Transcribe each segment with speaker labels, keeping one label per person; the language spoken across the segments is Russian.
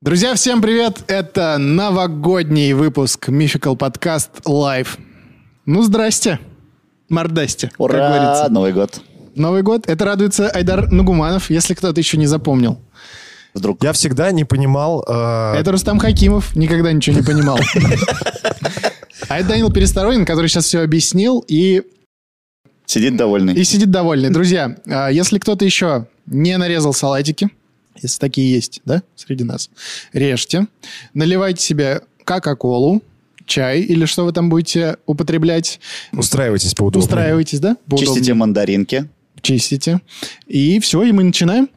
Speaker 1: Друзья, всем привет! Это новогодний выпуск Mythical Podcast Live. Ну, здрасте, мордасте, как
Speaker 2: Ура!
Speaker 1: говорится.
Speaker 2: Новый год.
Speaker 1: Новый год. Это радуется Айдар Нугуманов, если кто-то еще не запомнил.
Speaker 2: Вдруг.
Speaker 3: Я всегда не понимал... э,
Speaker 1: Это Рустам Хакимов, никогда ничего не понимал. А это Данил Пересторонин, который сейчас все объяснил и,
Speaker 2: Сидит довольный.
Speaker 1: и сидит довольный. Друзья, а, если кто-то еще не нарезал салатики, если такие есть, да, среди нас, режьте, наливайте себе кока-колу, чай или что вы там будете употреблять,
Speaker 3: Устраивайтесь поудобнее.
Speaker 1: устраивайтесь, да? поудобнее.
Speaker 2: Чистите мандаринки.
Speaker 1: Чистите. И все, и мы начинаем.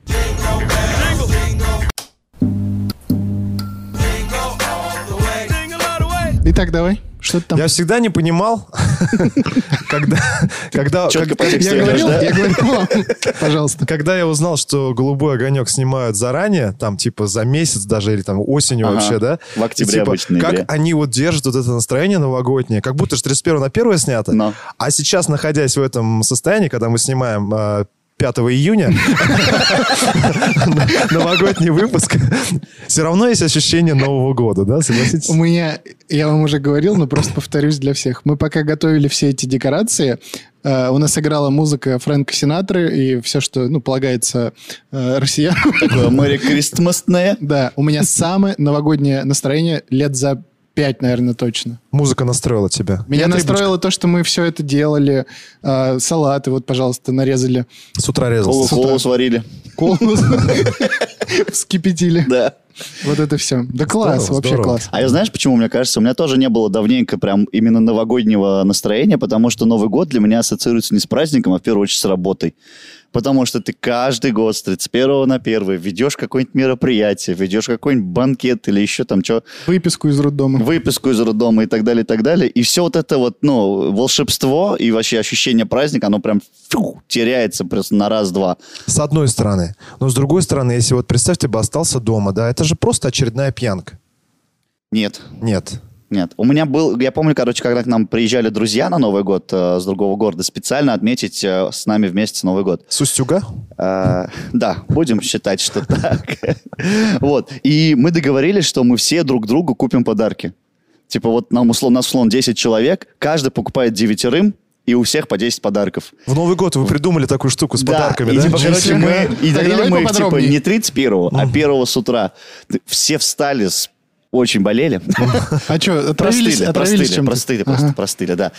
Speaker 1: Итак, давай. Что ты там?
Speaker 3: Я всегда не понимал, когда, когда,
Speaker 2: Четко по
Speaker 3: когда-
Speaker 2: тексту
Speaker 1: Я
Speaker 2: идешь,
Speaker 1: говорил,
Speaker 2: да?
Speaker 1: я говорил, вам. пожалуйста.
Speaker 3: когда я узнал, что голубой огонек снимают заранее, там типа за месяц даже или там осенью
Speaker 2: Ага.
Speaker 3: вообще, да?
Speaker 2: В октябре
Speaker 3: И, типа,
Speaker 2: обычно
Speaker 3: Как
Speaker 2: игре.
Speaker 3: они вот держат вот это настроение новогоднее, как будто же 31 на 1 снято.
Speaker 2: Но.
Speaker 3: А сейчас, находясь в этом состоянии, когда мы снимаем э, 5 июня новогодний выпуск, все равно есть ощущение Нового года, да? Согласитесь?
Speaker 1: У меня, я вам уже говорил, но просто повторюсь для всех. Мы пока готовили все эти декорации, э, у нас играла музыка Фрэнка Синатры и все, что, ну, полагается э, россиянам.
Speaker 2: Такое Мэри Кристмасное.
Speaker 1: Да, у меня самое новогоднее настроение лет за пять, наверное, точно.
Speaker 3: Музыка настроила тебя.
Speaker 1: Меня
Speaker 3: Я
Speaker 1: настроило то, что мы все это делали. э, салаты вот, пожалуйста, нарезали.
Speaker 3: трибушка. С утра резался.
Speaker 2: Колу-колу сварили.
Speaker 1: Колу вскипятили.
Speaker 2: Да.
Speaker 1: Вот это все. Да класс,
Speaker 3: Здорово,
Speaker 1: вообще
Speaker 3: здорово.
Speaker 1: класс.
Speaker 2: А я знаешь, почему, мне кажется, у меня тоже не было давненько прям именно новогоднего настроения, потому что Новый год для меня ассоциируется не с праздником, а в первую очередь с работой. Потому что ты каждый год с 31 на 1 ведешь какое-нибудь мероприятие, ведешь какой-нибудь банкет или еще там что,
Speaker 1: Выписку из роддома.
Speaker 2: выписку из роддома и так далее, и так далее. И все вот это вот, ну, волшебство и вообще ощущение праздника, оно прям фью, теряется просто на раз-два.
Speaker 3: С одной стороны. Но с другой стороны, если вот представьте бы остался дома, да, это же просто очередная пьянка.
Speaker 2: Нет,
Speaker 3: Нет.
Speaker 2: Нет. У меня был, я помню, короче, когда к нам приезжали друзья на Новый год э, с другого города, специально отметить э, с нами вместе Новый год.
Speaker 3: С устюга?
Speaker 2: Э, да, будем считать, что так. Вот. И мы договорились, что мы все друг другу купим подарки. Типа вот нам условно, нас условно 10 человек, каждый покупает девятерым, и у всех по 10 подарков.
Speaker 3: В Новый год вы придумали такую штуку с подарками,
Speaker 2: и,
Speaker 3: да?
Speaker 2: типа, короче, мы, и
Speaker 1: Так
Speaker 2: дарили
Speaker 1: давай
Speaker 2: мы их, типа,
Speaker 1: поподробнее.
Speaker 2: не 31 а 1 с утра. Все встали, с- очень болели.
Speaker 1: А что, отравились,
Speaker 2: Ну, Простыли,
Speaker 1: отравились
Speaker 2: простыли,
Speaker 1: чем-то?
Speaker 2: простыли,
Speaker 1: Ага.
Speaker 2: просто простыли, да.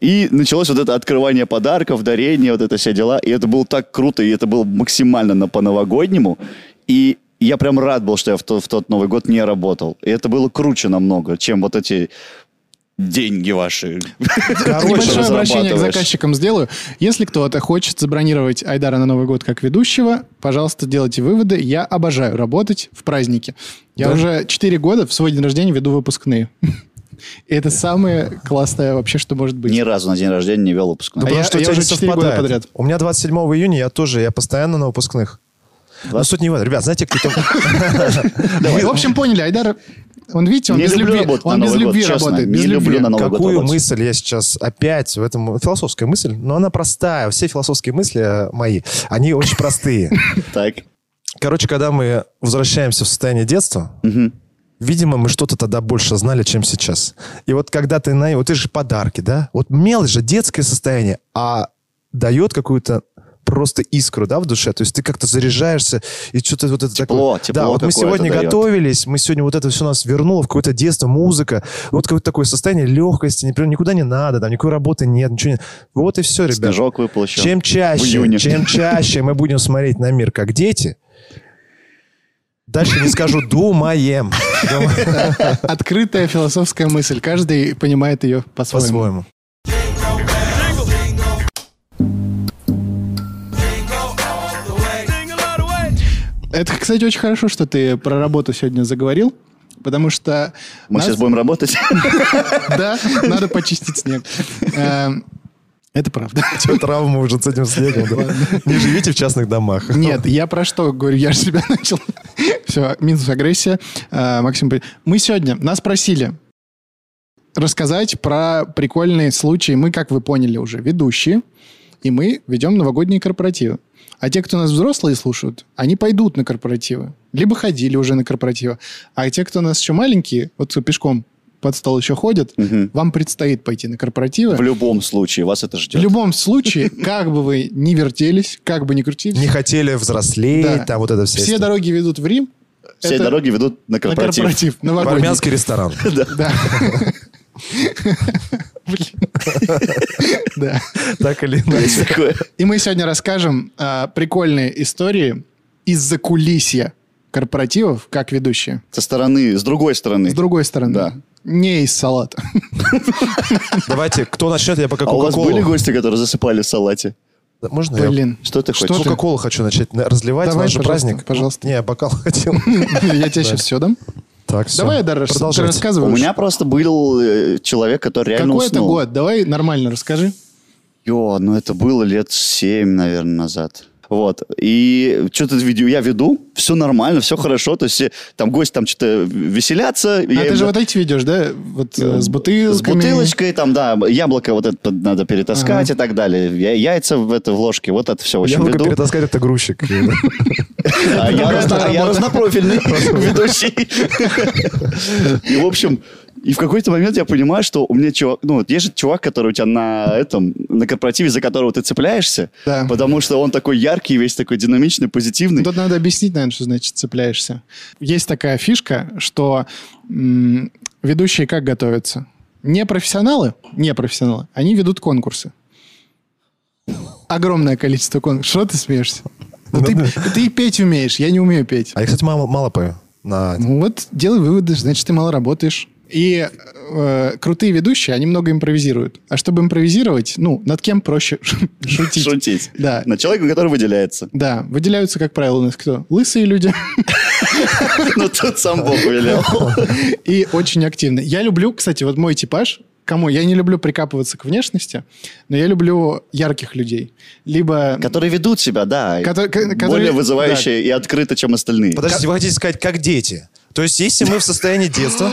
Speaker 2: И началось вот это открывание подарков, дарение, вот это все дела. И это было так круто, и это было максимально на, по-новогоднему. И я прям рад был, что я в, то- в тот Новый год не работал. И это было круче намного, чем вот эти деньги ваши.
Speaker 3: Короче,
Speaker 1: Небольшое обращение
Speaker 2: Больше
Speaker 1: к
Speaker 2: разрабатываешь.
Speaker 1: заказчикам сделаю. Если кто-то хочет забронировать Айдара на Новый год как ведущего, пожалуйста, делайте выводы. Я обожаю работать в празднике. Я
Speaker 3: Да?
Speaker 1: уже 4 года в свой день рождения веду выпускные. И Это самое классное вообще, что может быть.
Speaker 2: Ни разу на день рождения не вел выпускной.
Speaker 1: А
Speaker 3: потому
Speaker 1: я-
Speaker 3: что
Speaker 1: я
Speaker 3: у тебя
Speaker 1: уже
Speaker 3: не
Speaker 1: четыре года
Speaker 3: совпадает.
Speaker 1: подряд.
Speaker 3: У меня 27 июня, я тоже, я постоянно на выпускных. Ну, суть не в этом. Ребят, знаете, какие-то...
Speaker 1: Вы, В общем, поняли, Айдар, он, видите, он
Speaker 2: Не
Speaker 1: без
Speaker 2: люблю
Speaker 1: любви,
Speaker 2: работать на
Speaker 1: он без
Speaker 2: Новый год,
Speaker 1: любви
Speaker 2: честно,
Speaker 1: работает.
Speaker 2: не
Speaker 1: без
Speaker 2: люблю
Speaker 1: любви.
Speaker 2: на Новый год
Speaker 3: Какую
Speaker 2: работать.
Speaker 3: мысль я сейчас опять в этом... Философская мысль, но она простая. Все философские мысли э, мои, они очень простые.
Speaker 2: Так.
Speaker 3: Короче, когда мы возвращаемся в состояние детства,
Speaker 2: Мгм.
Speaker 3: Видимо, мы что-то тогда больше знали, чем сейчас. И вот когда ты на... Вот ты же подарки, да? Вот мелочь же, детское состояние, а дает какую-то просто искру, да, в душе. То есть ты как-то заряжаешься, и что-то вот это
Speaker 2: Тепло,
Speaker 3: такое...
Speaker 2: тепло
Speaker 3: да, вот мы
Speaker 2: какое-то
Speaker 3: сегодня
Speaker 2: дает.
Speaker 3: готовились, мы сегодня вот это все нас вернуло в какое-то детство, музыка. Вот какое-то такое состояние легкости, ни- никуда не надо, там никакой работы нет, ничего нет. Вот и все, ребят.
Speaker 2: Снежок выпал еще.
Speaker 3: Чем
Speaker 2: В
Speaker 3: чаще,
Speaker 2: июне.
Speaker 3: чем чаще мы будем смотреть на мир как дети, дальше не скажу «думаем»
Speaker 1: Открытая философская мысль. Каждый понимает ее по-своему.
Speaker 3: по-своему.
Speaker 1: Это, кстати, очень хорошо, что ты про работу сегодня заговорил, потому что...
Speaker 2: Мы
Speaker 1: нас-
Speaker 2: сейчас будем работать.
Speaker 1: Да, надо почистить снег. Эм, Это правда.
Speaker 3: Чё, травма уже с этим снегом. да? Не живите в частных домах.
Speaker 1: Нет, я про что говорю, я же себя начал. Все, минус агрессия. А, Максим, при- мы сегодня, нас просили рассказать про прикольные случаи. Мы, как вы поняли уже, ведущие, и мы ведем новогодние корпоративы. А те, кто нас взрослые слушают, они пойдут на корпоративы. либо ходили уже на корпоративы. А те, кто у нас еще маленькие, вот пешком под стол еще ходят,
Speaker 2: Мгм.
Speaker 1: вам предстоит пойти на корпоративы.
Speaker 2: В любом случае, вас это
Speaker 1: В
Speaker 2: ждет.
Speaker 1: любом случае, как бы вы ни вертелись, как бы ни крутились,
Speaker 3: Не хотели взрослеть,
Speaker 1: Да.
Speaker 3: там вот это все.
Speaker 1: все дороги ведут в Рим.
Speaker 2: Все
Speaker 1: Это
Speaker 2: дороги ведут на
Speaker 1: на
Speaker 2: корпоратив.
Speaker 1: корпоратив.
Speaker 3: В
Speaker 1: новогодний.
Speaker 3: армянский ресторан.
Speaker 1: Да. Блин. Да.
Speaker 3: Так или
Speaker 2: Есть
Speaker 3: иначе.
Speaker 2: такое.
Speaker 1: И мы сегодня расскажем а, прикольные истории из-за кулисья корпоративов, как ведущие.
Speaker 2: Со стороны, с другой стороны.
Speaker 1: С другой стороны.
Speaker 2: Да.
Speaker 1: Не из салата.
Speaker 3: Давайте, кто начнет, я пока
Speaker 2: А у вас были
Speaker 3: Кока-Колу.
Speaker 2: гости, которые засыпали в салате?
Speaker 3: Можно я
Speaker 1: Блин.
Speaker 2: Что ты
Speaker 1: Что
Speaker 2: хочешь?
Speaker 1: ты?
Speaker 3: Кока-колу хочу начать на- разливать,
Speaker 1: Давай,
Speaker 3: наш же
Speaker 1: пожалуйста,
Speaker 3: праздник.
Speaker 1: пожалуйста.
Speaker 3: Не, я бокал хотел.
Speaker 1: Я тебе сейчас все дам.
Speaker 3: Так, все.
Speaker 1: Давай я дальше ты
Speaker 3: Продолжайте.
Speaker 2: У
Speaker 1: рассказываю.
Speaker 2: меня просто был э, человек, который реально
Speaker 1: Какой это
Speaker 2: уснул.
Speaker 1: год? Давай нормально расскажи.
Speaker 2: Йо, ну это было лет семь, наверное, назад. Вот. И что-то видео я веду, все нормально, все хорошо. То есть все- там гости там что-то веселятся.
Speaker 1: А ты же вот эти ведешь, да? Вот э, с бутылками.
Speaker 2: С бутылочкой, там, да, яблоко вот это надо перетаскать
Speaker 1: Ага.
Speaker 2: и так далее. Я- яйца в, это, в ложке, вот это все, в
Speaker 3: Я
Speaker 2: общем,
Speaker 3: могу
Speaker 2: веду.
Speaker 3: перетаскать, это грузчик.
Speaker 2: А я,
Speaker 1: Другая
Speaker 2: разно- а я
Speaker 1: работа.
Speaker 2: разнопрофильный ведущий. И, в общем, и в какой-то момент я понимаю, что у меня чувак, ну, вот есть же чувак, который у тебя на этом, на корпоративе, за которого ты цепляешься,
Speaker 1: Да. Ну,
Speaker 2: потому что он такой яркий, весь такой динамичный, позитивный.
Speaker 1: Тут надо объяснить, наверное, что значит цепляешься. Есть такая фишка, что м, ведущие как готовятся? Не профессионалы, не профессионалы, они ведут конкурсы. Огромное количество конкурсов. Что ты смеешься? Ну, ты, ты и петь умеешь, я не умею петь.
Speaker 3: А я, кстати, мало, мало пою. На...
Speaker 1: Ну вот, делай выводы, значит, ты мало работаешь. И э, крутые ведущие, они много импровизируют. А чтобы импровизировать, ну, над кем проще шутить.
Speaker 2: Шутить.
Speaker 1: Да.
Speaker 2: На человека, который выделяется.
Speaker 1: Да, выделяются, как правило, у нас кто? Лысые люди.
Speaker 2: Но тут Ну, сам Бог велел.
Speaker 1: И очень активно. Я люблю, кстати, вот мой типаж. Кому? Я не люблю прикапываться к внешности, но я люблю ярких людей. Либо...
Speaker 2: Которые ведут себя, да.
Speaker 1: Кото- ко- которые-
Speaker 2: Более вызывающие и открыто, чем остальные.
Speaker 3: Подождите, вы хотите сказать, как дети. То есть, если мы в состоянии детства...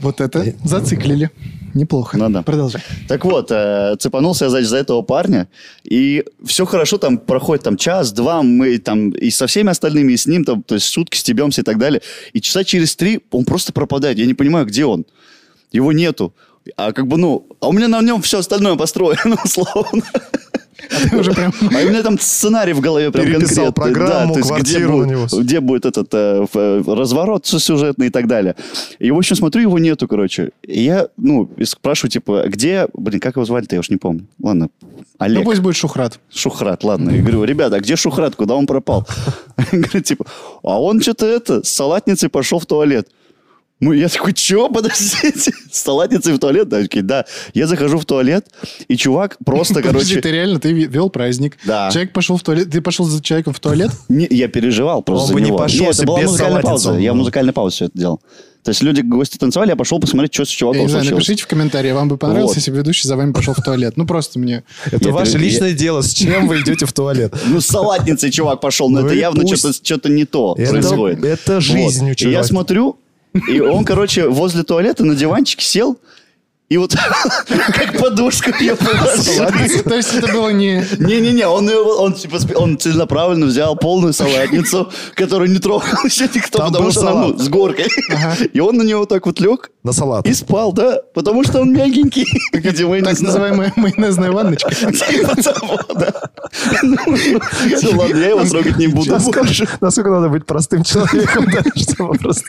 Speaker 1: Вот это зациклили. Неплохо.
Speaker 2: Э, Ну да.
Speaker 1: Продолжай.
Speaker 2: Так вот, э, цепанулся я, значит, за этого парня, и все хорошо, там проходит там час-два, мы там и со всеми остальными, и с ним там, то есть сутки стебемся и так далее, и часа через три он просто пропадает, я не понимаю, где он, его нету, а как бы, ну, а у меня на нем все остальное построено, условно.
Speaker 1: Ты уже прям...
Speaker 2: А у меня там сценарий в голове прям
Speaker 3: Переписал
Speaker 2: конкретный.
Speaker 3: программу,
Speaker 2: то есть где
Speaker 3: квартиру
Speaker 2: будет,
Speaker 3: у него.
Speaker 2: Где будет этот э, ф- э, разворот сю- сюжетный и так далее. И, в общем, смотрю, его нету, короче. И я, ну, и спрашиваю, типа, где... Блин, как его звали-то, я уж не помню. Ладно, Олег.
Speaker 1: Ну пусть будет Шухрат.
Speaker 2: Шухрат, ладно. Я говорю, ребята, а где Шухрат? Куда он пропал? Они говорят, типа, а он что-то это, с салатницей пошел в туалет. Ну, я такой, чего, подождите, с салатницей в туалет? Да, они такие, да. Я захожу в туалет, и чувак просто,
Speaker 1: Подожди,
Speaker 2: короче...
Speaker 1: ты реально, ты ви- вел праздник.
Speaker 2: Да.
Speaker 1: Человек пошел в туалет. Ты пошел за человеком в туалет?
Speaker 2: Не, я переживал просто
Speaker 3: Он
Speaker 2: за
Speaker 3: бы не
Speaker 2: него.
Speaker 3: пошел,
Speaker 2: Нет,
Speaker 3: если
Speaker 2: это была
Speaker 3: без
Speaker 2: музыкальная
Speaker 3: салатницы
Speaker 2: пауза.
Speaker 3: он
Speaker 2: Я в
Speaker 3: был.
Speaker 2: музыкальной паузе все это делал. То есть люди, гости танцевали, я пошел посмотреть, что с
Speaker 1: Я
Speaker 2: чуваком
Speaker 1: не знаю,
Speaker 2: случилось.
Speaker 1: напишите в комментарии, вам бы понравилось,
Speaker 2: Вот.
Speaker 1: если бы ведущий за вами пошел в туалет. Ну просто мне...
Speaker 3: Это
Speaker 2: Я
Speaker 3: ваше
Speaker 2: пере-
Speaker 3: личное дело, с чем вы идете в туалет.
Speaker 2: Ну, с салатницей чувак пошел, но
Speaker 3: Ну
Speaker 2: это
Speaker 3: и
Speaker 2: явно
Speaker 3: пусть.
Speaker 2: что-то что-то не то
Speaker 3: Это-
Speaker 2: происходит.
Speaker 3: это
Speaker 2: Вот.
Speaker 3: жизнь у
Speaker 2: И я
Speaker 3: человека.
Speaker 2: смотрю, и он, короче, возле туалета на диванчик сел, и вот как подушку ее положил.
Speaker 1: То есть это было не...
Speaker 2: Не-не-не, он, ее- он, типа, спе- он целенаправленно взял полную салатницу, которую не трогал еще никто,
Speaker 3: Там
Speaker 2: потому
Speaker 3: был
Speaker 2: что она ну,
Speaker 3: салат.
Speaker 2: с горкой. И он на него так вот лег
Speaker 3: На салат.
Speaker 2: и спал, да, потому что он мягенький. Видимо, я не
Speaker 1: Так
Speaker 2: знаю.
Speaker 1: называемая майонезная ванночка.
Speaker 2: Типа того, да. Ну, ну, Ладно, я его трогать не буду.
Speaker 3: Насколько, насколько надо быть простым человеком, да, чтобы просто...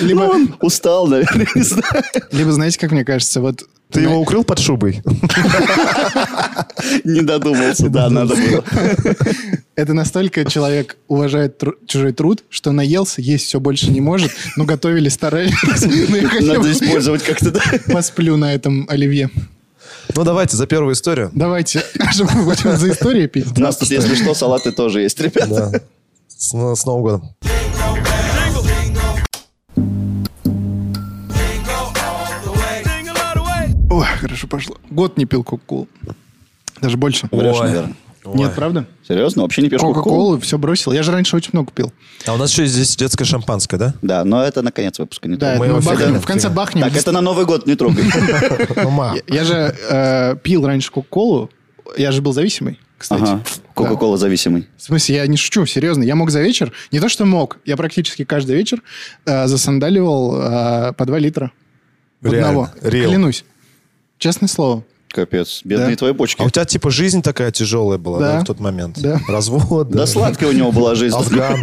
Speaker 2: Либо Ну, он устал, наверное, не знаю.
Speaker 1: Либо, знаете, как мне кажется, вот...
Speaker 3: Ты его укрыл под шубой?
Speaker 2: Не додумался, да, надо было.
Speaker 1: Это настолько человек уважает тру- чужой труд, что наелся, есть все больше не может, но готовили, старались. Ну, я хотя
Speaker 2: Надо
Speaker 1: бы
Speaker 2: использовать как-то, да.
Speaker 1: Посплю на этом оливье.
Speaker 3: Ну, давайте за первую историю.
Speaker 1: Давайте, чтобы мы будем за истории пить.
Speaker 2: У нас тут, если что, салаты тоже есть, ребята.
Speaker 3: Да. С, ну, с Новым годом.
Speaker 1: Ой, хорошо пошло. Год не пил Кока-Колу. Даже больше.
Speaker 2: Врешь, наверное.
Speaker 1: Нет, правда?
Speaker 2: Серьезно? Вообще не пьешь кока
Speaker 1: Кока-Колу все бросил. Я же раньше очень много пил.
Speaker 3: А у нас еще здесь детское шампанское, да?
Speaker 2: Да, но это на конец выпуска, не
Speaker 1: Да,
Speaker 2: трогай.
Speaker 3: Мы
Speaker 1: это мы
Speaker 3: его
Speaker 1: бахнем,
Speaker 3: всегда
Speaker 1: в конце
Speaker 3: пьем.
Speaker 1: бахнем.
Speaker 2: Так, это на Новый год не трогай.
Speaker 3: Мама.
Speaker 1: Я же э, пил раньше Кока-Колу. Я же был зависимый. кстати.
Speaker 2: Ага. Кока-кола зависимый.
Speaker 1: В смысле, я не шучу, серьезно. Я мог за вечер, не то что мог, я практически каждый вечер э, засандаливал э, по 2 литра.
Speaker 3: Реально?
Speaker 1: Одного.
Speaker 3: Реал?
Speaker 1: Клянусь. Честное слово.
Speaker 2: Капец. Бедные
Speaker 1: Да.
Speaker 2: твои бочки.
Speaker 3: А у тебя типа жизнь такая тяжелая была, да,
Speaker 1: Да.
Speaker 3: в тот момент?
Speaker 1: Да.
Speaker 3: Развод,
Speaker 2: Да сладкая у него была жизнь.
Speaker 3: Афган.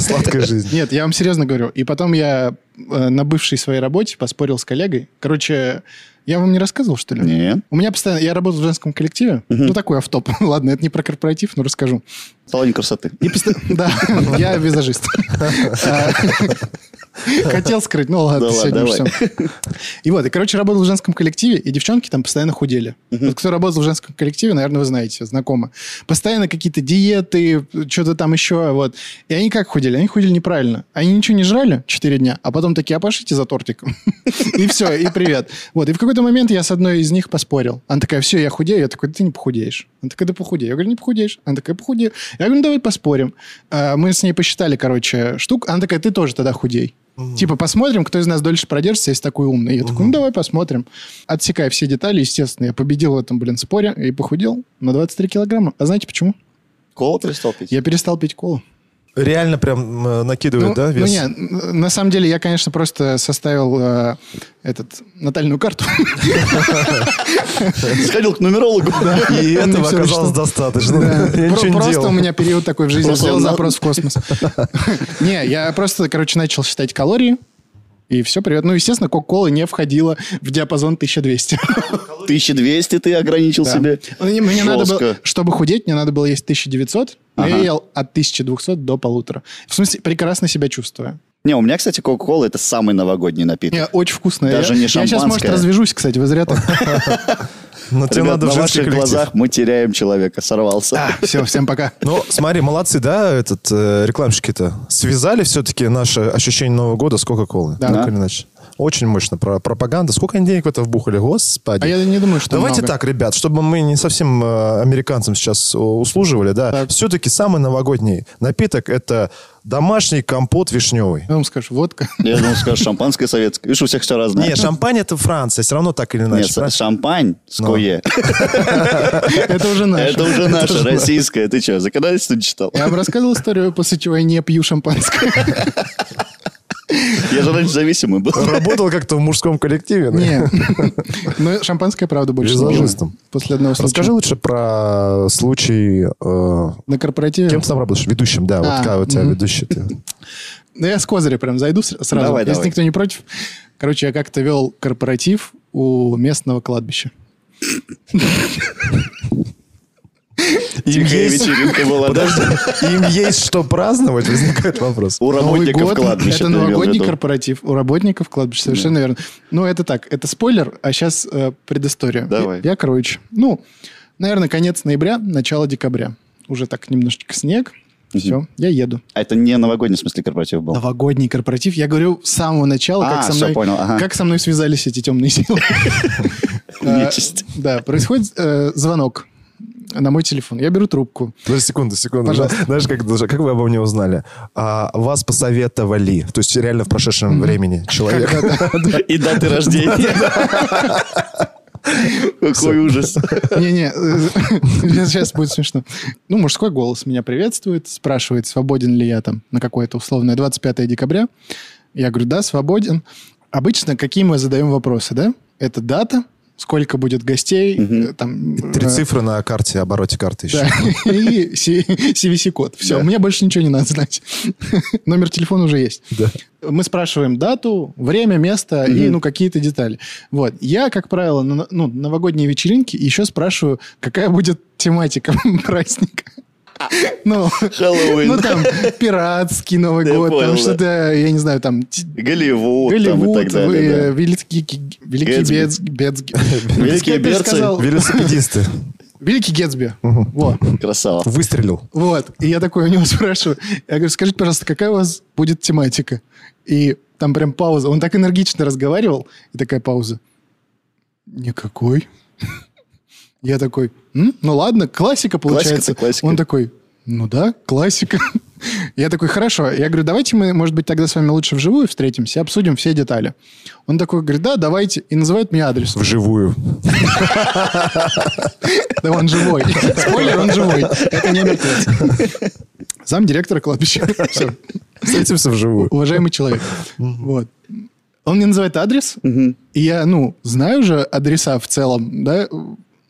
Speaker 3: Сладкая жизнь.
Speaker 1: Нет, я вам серьезно говорю. И потом я э, на бывшей своей работе поспорил с коллегой. Короче, я вам не рассказывал, что ли?
Speaker 2: Нет.
Speaker 1: У меня постоянно... Я работал в женском коллективе. Ну, такой автоп. Ладно, это не про корпоратив, но расскажу.
Speaker 2: Салон красоты.
Speaker 1: И поста- Да, я визажист. А, Хотел скрыть, ну ладно,
Speaker 2: Да ладно,
Speaker 1: сегодня
Speaker 2: давай.
Speaker 1: все. И вот, и, короче, работал в женском коллективе, и девчонки там постоянно худели. Вот кто работал в женском коллективе, наверное, вы знаете, знакомы. Постоянно какие-то диеты, что-то там еще, вот. И они как худели? Они худели неправильно. Они ничего не жрали 4 дня, а потом такие, а пошлите за тортиком. И все, и привет. Вот, и в какой-то момент я с одной из них поспорил. Она такая, все, я худею. Я такой, «Да ты не похудеешь. Она такая, да похудею. Я говорю, не похудеешь. Она такая, похудею. Я говорю, ну давай поспорим. А, Мы с ней посчитали, короче, штук. Она такая, ты тоже тогда худей. Типа, посмотрим, кто из нас дольше продержится, если такой умный. Я такой, ну давай посмотрим. Отсекая все детали, естественно, я победил в этом, блин, споре и похудел на 23 килограмма. А знаете почему?
Speaker 2: Кола перестал пить?
Speaker 1: Я перестал пить колу.
Speaker 3: Реально прям э, накидывает,
Speaker 1: Ну,
Speaker 3: да,
Speaker 1: ну,
Speaker 3: вес?
Speaker 1: не, н- на самом деле я, конечно, просто составил э, этот натальную карту.
Speaker 2: Сходил к нумерологу.
Speaker 3: И
Speaker 1: Он мне
Speaker 3: этого
Speaker 1: всё
Speaker 3: оказалось
Speaker 1: рассчитал.
Speaker 3: достаточно.
Speaker 1: Да.
Speaker 3: Я
Speaker 1: Про-
Speaker 3: ничего не
Speaker 1: Просто
Speaker 3: делал.
Speaker 1: у меня период такой в жизни.
Speaker 2: Просто
Speaker 1: Сделал
Speaker 2: он-
Speaker 1: запрос в космос. Не, я просто, короче, начал считать калории. И все, привет. Ну, естественно, Кока-Кола не входила в диапазон 1200.
Speaker 2: 1200 ты ограничил
Speaker 1: Да.
Speaker 2: себе.
Speaker 1: Ну, не- Мне надо было,
Speaker 2: Жестко.
Speaker 1: чтобы худеть, мне надо было есть 1900, но я
Speaker 2: Ага.
Speaker 1: ел от 1200 до полутора. В смысле, прекрасно себя чувствую.
Speaker 2: Не, у меня, кстати, Кока-Кола это самый новогодний напиток.
Speaker 1: Не, очень вкусно.
Speaker 2: Даже
Speaker 1: я,
Speaker 2: не
Speaker 1: Я сейчас, может,
Speaker 2: шампанское.
Speaker 1: развяжусь, кстати, вы зря так.
Speaker 3: Но тебе
Speaker 2: Ребят,
Speaker 3: надо в
Speaker 2: на
Speaker 3: женский
Speaker 2: ваших
Speaker 3: коллектив.
Speaker 2: глазах мы теряем человека. Сорвался.
Speaker 1: Все, всем пока.
Speaker 3: Ну, смотри, молодцы, да, этот э, рекламщики-то. Связали все-таки наше ощущение Нового года с Кока-Колой.
Speaker 1: Да.
Speaker 3: Так или иначе. Очень мощно. Про пропаганда. Сколько они денег в это вбухали? Господи.
Speaker 1: А я не думаю, что
Speaker 3: Давайте
Speaker 1: много.
Speaker 3: так, ребят, чтобы мы не совсем э, американцам сейчас э, услуживали, да,
Speaker 1: Так.
Speaker 3: все-таки самый новогодний напиток это домашний компот вишневый.
Speaker 1: Я вам скажу, водка.
Speaker 2: Я думал, скажешь, шампанское советское. Видишь, у всех все разное.
Speaker 3: Не, шампань это Франция, все равно так или
Speaker 2: Нет,
Speaker 3: иначе. правильно?
Speaker 2: шампань с кое.
Speaker 1: Это уже наше.
Speaker 2: Это уже наше, российское. Ты что, законодательство не читал?
Speaker 1: Я вам рассказывал историю, после чего я не пью шампанское.
Speaker 2: Я же раньше зависимый был.
Speaker 3: Работал как-то в мужском коллективе. да?
Speaker 1: Не. Но шампанское, правда, больше не пью.
Speaker 3: Визажистом.
Speaker 1: После одного случая.
Speaker 3: Расскажи лучше про случай. э,
Speaker 1: На корпоративе.
Speaker 3: Кем ты там работаешь? Ведущим, да. Вот
Speaker 1: А,
Speaker 3: какая у тебя
Speaker 1: мгм.
Speaker 3: ведущий ты.
Speaker 1: Да Ну, я с козыря прям зайду с- сразу,
Speaker 2: Давай,
Speaker 1: если
Speaker 2: давай.
Speaker 1: никто не против. Короче, я как-то вел корпоратив у местного кладбища.
Speaker 3: Им
Speaker 2: Тихая
Speaker 3: есть-
Speaker 2: вечеринка была, да?
Speaker 3: Подожди, им есть что праздновать, возникает вопрос.
Speaker 2: У работников
Speaker 1: Новый год,
Speaker 2: кладбища.
Speaker 1: Это
Speaker 2: ты имел в
Speaker 1: новогодний
Speaker 2: виду.
Speaker 1: корпоратив у работников кладбища, совершенно верно. Ну, это так, это спойлер, а сейчас предыстория.
Speaker 2: Давай.
Speaker 1: Я, я, короче, ну, наверное, конец ноября, начало декабря. Уже так немножечко снег. Все, я еду.
Speaker 2: А это не новогодний, в смысле, корпоратив был.
Speaker 1: Новогодний корпоратив. Я говорю с самого начала,
Speaker 2: А,
Speaker 1: как, со
Speaker 2: всё,
Speaker 1: мной,
Speaker 2: понял, ага.
Speaker 1: как со мной связались эти темные силы.
Speaker 2: Нечисть.
Speaker 1: Да, происходит э, звонок на мой телефон. Я беру трубку.
Speaker 3: Подожди, секунду, секунду.
Speaker 1: Пожалуйста.
Speaker 3: Знаешь, как, это- как вы обо мне узнали? А, вас посоветовали. То есть реально в прошедшем времени человек.
Speaker 2: И даты рождения. Какой ужас.
Speaker 1: Не-не, сейчас будет смешно. Ну, мужской голос меня приветствует, спрашивает, свободен ли я там на какое-то условное 25 декабря. Я говорю, да, свободен. Обычно какие мы задаем вопросы, да? Это дата, сколько будет гостей, э, там... э,
Speaker 3: Три цифры на карте, обороте карты еще.
Speaker 1: Да, и CVC-код. Все, мне больше ничего не надо знать. Номер телефона уже есть. Мы спрашиваем дату, время, место и, ну, какие-то детали. Вот. Я, как правило, на ну, новогодние вечеринки еще спрашиваю, какая будет тематика праздника. Ну,
Speaker 2: Хэллоуин.
Speaker 1: ну, там, пиратский Новый
Speaker 2: Я
Speaker 1: год,
Speaker 2: понял,
Speaker 1: там
Speaker 2: да.
Speaker 1: что-то, я не знаю, там, т-
Speaker 2: Голливуд,
Speaker 1: Голливуд,
Speaker 2: там и так далее.
Speaker 1: э,
Speaker 2: да.
Speaker 1: Великий Ки- Великий
Speaker 2: Гэтсби.
Speaker 1: Бец- Бецги.
Speaker 2: Великие
Speaker 1: Я
Speaker 2: Берцы.
Speaker 1: пересказал.
Speaker 3: Велосипедисты.
Speaker 1: Великий Гетсби. Во.
Speaker 2: Красава.
Speaker 3: Выстрелил.
Speaker 1: Вот. И я такой у него спрашиваю. Я говорю, скажите, пожалуйста, какая у вас будет тематика? И там прям пауза. Он так энергично разговаривал. И такая пауза. Никакой. Я такой, «М, ну ладно, классика получается.
Speaker 2: классика.
Speaker 1: Он такой, ну да, классика. Я такой, хорошо. Я говорю, давайте мы, может быть, тогда с вами лучше вживую встретимся и обсудим все детали. Он такой говорит, да, давайте. И называет мне адрес.
Speaker 3: Вживую.
Speaker 1: Да он живой. Спойлер, он живой. Это не мертвец. Зам директора кладбища. Всё.
Speaker 3: Встретимся вживую.
Speaker 1: Уважаемый человек. Вот. Он мне называет адрес, и я, ну, знаю же адреса в целом, да,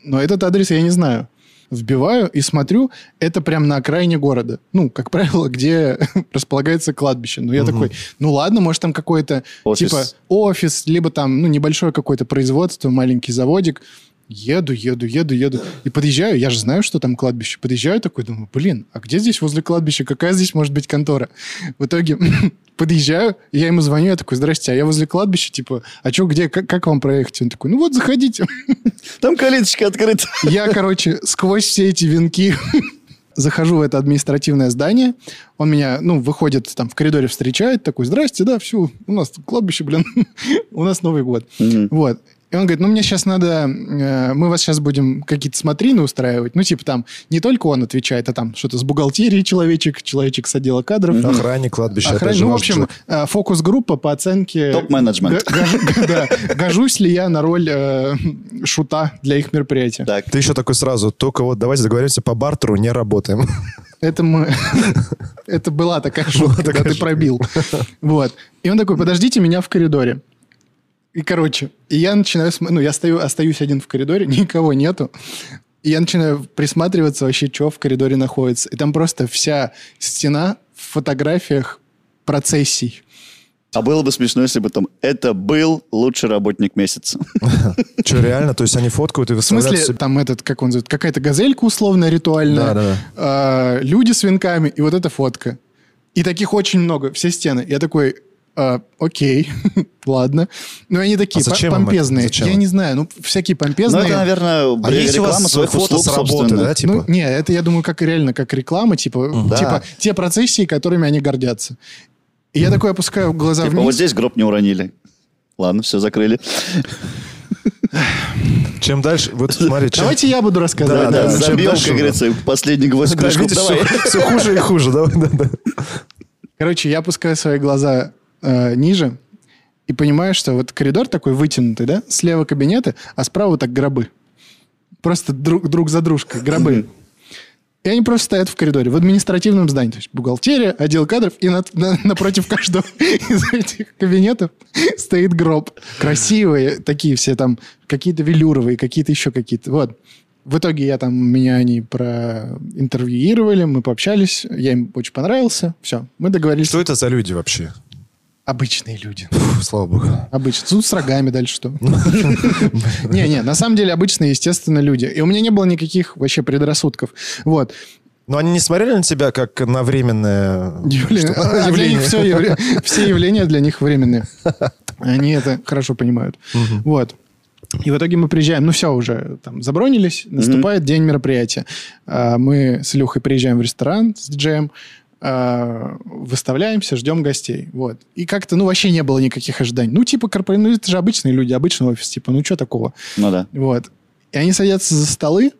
Speaker 1: но этот адрес я не знаю. Вбиваю и смотрю, это прям на окраине города. Ну, как правило, где располагается кладбище. Ну, я такой, ну ладно, может, там какой-то,
Speaker 2: Офис.
Speaker 1: типа, офис, либо там, ну, небольшое какое-то производство, маленький заводик. Еду, еду, еду, еду. И подъезжаю, я же знаю, что там кладбище. Подъезжаю такой, думаю, блин, а где здесь возле кладбища? Какая здесь может быть контора? В итоге подъезжаю, я ему звоню, я такой, здрасте, а я возле кладбища, типа, а что, где, как, как вам проехать? Он такой, ну вот, заходите.
Speaker 2: Там калиточка открыта.
Speaker 1: Я, короче, сквозь все эти венки захожу в это административное здание. Он меня, ну, выходит там в коридоре, встречает, такой, здрасте, да, все, у нас тут кладбище, блин, у нас Новый год. Вот. И он говорит, ну, мне сейчас надо, э, мы вас сейчас будем какие-то смотрины устраивать. Ну, типа там, не только он отвечает, а там что-то с бухгалтерии человечек, человечек с отдела кадров.
Speaker 3: Охранник кладбища. опять
Speaker 1: Охран-
Speaker 3: же
Speaker 1: Ну, в
Speaker 3: важный
Speaker 1: общем,
Speaker 3: человек.
Speaker 1: э, фокус-группа по оценке...
Speaker 2: Топ-менеджмент.
Speaker 1: Га- гажу- да. Гожусь ли я на роль э, шута для их мероприятия?
Speaker 2: Так.
Speaker 3: Ты еще такой сразу, только вот давайте договоримся по бартеру, не работаем.
Speaker 1: Это мы... Это была такая шутка, когда
Speaker 3: такая
Speaker 1: ты
Speaker 3: шутка.
Speaker 1: пробил. Вот. И он такой, подождите меня в коридоре. И, короче, и я начинаю... см- Ну, я стою, остаюсь один в коридоре, никого нету. И я начинаю присматриваться вообще, что в коридоре находится. И там просто вся стена в фотографиях процессий.
Speaker 2: А было бы смешно, если бы там это был лучший работник месяца.
Speaker 3: Че, реально? То есть они фоткают и
Speaker 1: В
Speaker 3: выставляют
Speaker 1: смысле,
Speaker 3: себе-
Speaker 1: там этот, как он зовет, какая-то газелька условная, ритуальная,
Speaker 3: Да, да,
Speaker 1: э, люди с венками, и вот эта фотка. И таких очень много, все стены. Я такой, э, окей, ладно. Но они такие
Speaker 3: А зачем
Speaker 1: пом-
Speaker 3: им это?
Speaker 1: помпезные.
Speaker 3: Зачем?
Speaker 1: Я не знаю, ну, всякие
Speaker 2: Ну,
Speaker 1: помпезные.
Speaker 2: это, наверное,
Speaker 3: А
Speaker 2: бля,
Speaker 3: есть у
Speaker 2: реклама
Speaker 3: вас
Speaker 2: своих
Speaker 3: фото
Speaker 2: услуг,
Speaker 3: с работы,
Speaker 2: собственно.
Speaker 3: да, типа?
Speaker 1: Ну, не, это, я думаю, как реально, как реклама, типа,
Speaker 3: Да.
Speaker 1: типа те процессии, которыми они гордятся. И я такой опускаю глаза
Speaker 2: Типа, вот
Speaker 1: вниз.
Speaker 2: здесь гроб не уронили. Ладно, все закрыли.
Speaker 3: Чем дальше, вот смотри, чем...
Speaker 1: Давайте я буду рассказывать.
Speaker 3: Да,
Speaker 2: Да,
Speaker 3: зачем
Speaker 2: забьем,
Speaker 3: дальше
Speaker 2: как говорится, последний гвоздь в
Speaker 3: Да,
Speaker 2: крышку.
Speaker 3: видишь,
Speaker 2: Давай.
Speaker 3: все, хуже и хуже. Давай, да, да.
Speaker 1: Короче, я опускаю свои глаза э, ниже и понимаю, что вот коридор такой вытянутый, да? Слева кабинеты, а справа так гробы. Просто друг, друг за дружкой гробы. И они просто стоят в коридоре, в административном здании. То есть бухгалтерия, отдел кадров, и над- на- напротив каждого из этих кабинетов стоит гроб. Красивые такие все там, какие-то велюровые, какие-то еще какие-то. Вот. В итоге я там, меня они проинтервьюировали, мы пообщались, я им очень понравился, все, мы договорились.
Speaker 3: Что это за люди вообще?
Speaker 1: Обычные люди.
Speaker 3: Фу, слава богу.
Speaker 1: Обычные. Тут с рогами дальше что? Не-не, на самом деле обычные, естественно, люди. И у меня не было никаких вообще предрассудков. Вот.
Speaker 3: Но Ну, они не смотрели на тебя как на временное...
Speaker 1: Явление.
Speaker 3: что-
Speaker 1: А, для них все, явля- все явления для них временные. Они это хорошо понимают. Вот. И в итоге мы приезжаем, ну все уже, там, забронились, наступает день мероприятия. А, Мы с Илюхой приезжаем в ресторан с диджеем, а, выставляемся, ждем гостей. Вот. И как-то, ну, вообще не было никаких ожиданий. Ну, типа, корпор... ну, это же обычные люди, обычный офис, типа, ну, что такого?
Speaker 2: Ну да.
Speaker 1: Вот. И они садятся за столы,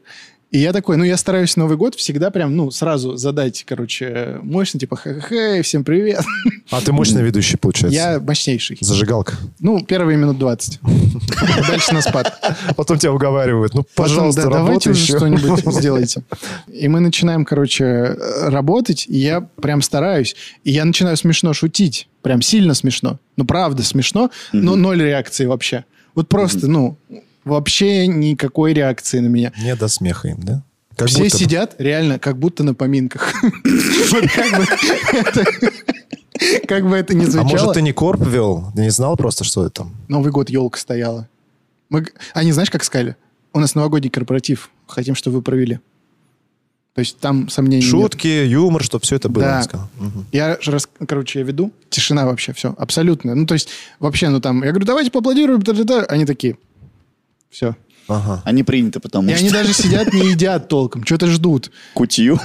Speaker 1: и я такой, ну, я стараюсь Новый год всегда прям, ну, сразу задать, короче, мощно, типа, хе-хе, всем привет.
Speaker 3: А ты мощный ведущий, получается.
Speaker 1: Я мощнейший.
Speaker 3: Зажигалка.
Speaker 1: Ну, первые минут 20. Дальше на спад.
Speaker 3: Потом тебя уговаривают. Ну, пожалуйста,
Speaker 1: Потом, да, давайте
Speaker 3: работай
Speaker 1: уже
Speaker 3: еще.
Speaker 1: что-нибудь сделайте. И мы начинаем, короче, э, работать, и я прям стараюсь. И я начинаю смешно шутить. Прям сильно смешно. Ну, правда смешно, но ноль реакции вообще. Вот просто, ну, вообще никакой реакции на меня.
Speaker 3: Не до смеха им, да? Как
Speaker 1: Все
Speaker 3: будто бы.
Speaker 1: сидят реально как будто на поминках. Вот Как бы это- как бы это ни
Speaker 3: А может,
Speaker 1: звучало.
Speaker 3: ты не корп вел? Ты не знал просто, что это там?
Speaker 1: Новый год елка стояла. Мы г- Они, знаешь, как сказали? У нас новогодний корпоратив. Хотим, чтобы вы провели. То есть там сомнений нет.
Speaker 3: Шутки, юмор, чтобы все это было.
Speaker 1: Да.
Speaker 3: он сказал. Мгм.
Speaker 1: Я, же рас- короче, я веду. Тишина вообще, все, абсолютно. Ну, то есть, вообще, ну там, я говорю, давайте поаплодируем, та-та-та. Они такие, все.
Speaker 3: Ага.
Speaker 2: Они приняты, А потому
Speaker 1: И они
Speaker 2: что
Speaker 1: даже сидят, не едят толком, что-то ждут.
Speaker 2: кутью.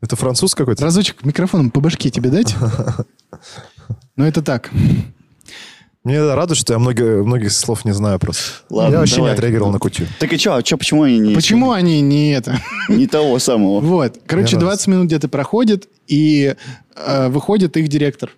Speaker 3: Это француз какой-то?
Speaker 1: Разочек микрофоном по башке тебе дать? Ну, это так.
Speaker 3: Мне радует, что я много- многих слов не знаю просто.
Speaker 2: Ладно,
Speaker 3: я вообще
Speaker 2: давай.
Speaker 3: не отреагировал на кутью.
Speaker 2: Так и что, а чё, почему они не...
Speaker 1: Почему они не это?
Speaker 2: Не того самого.
Speaker 1: Вот. Короче,
Speaker 3: Я
Speaker 1: 20 минут где-то проходит, и э, выходит их директор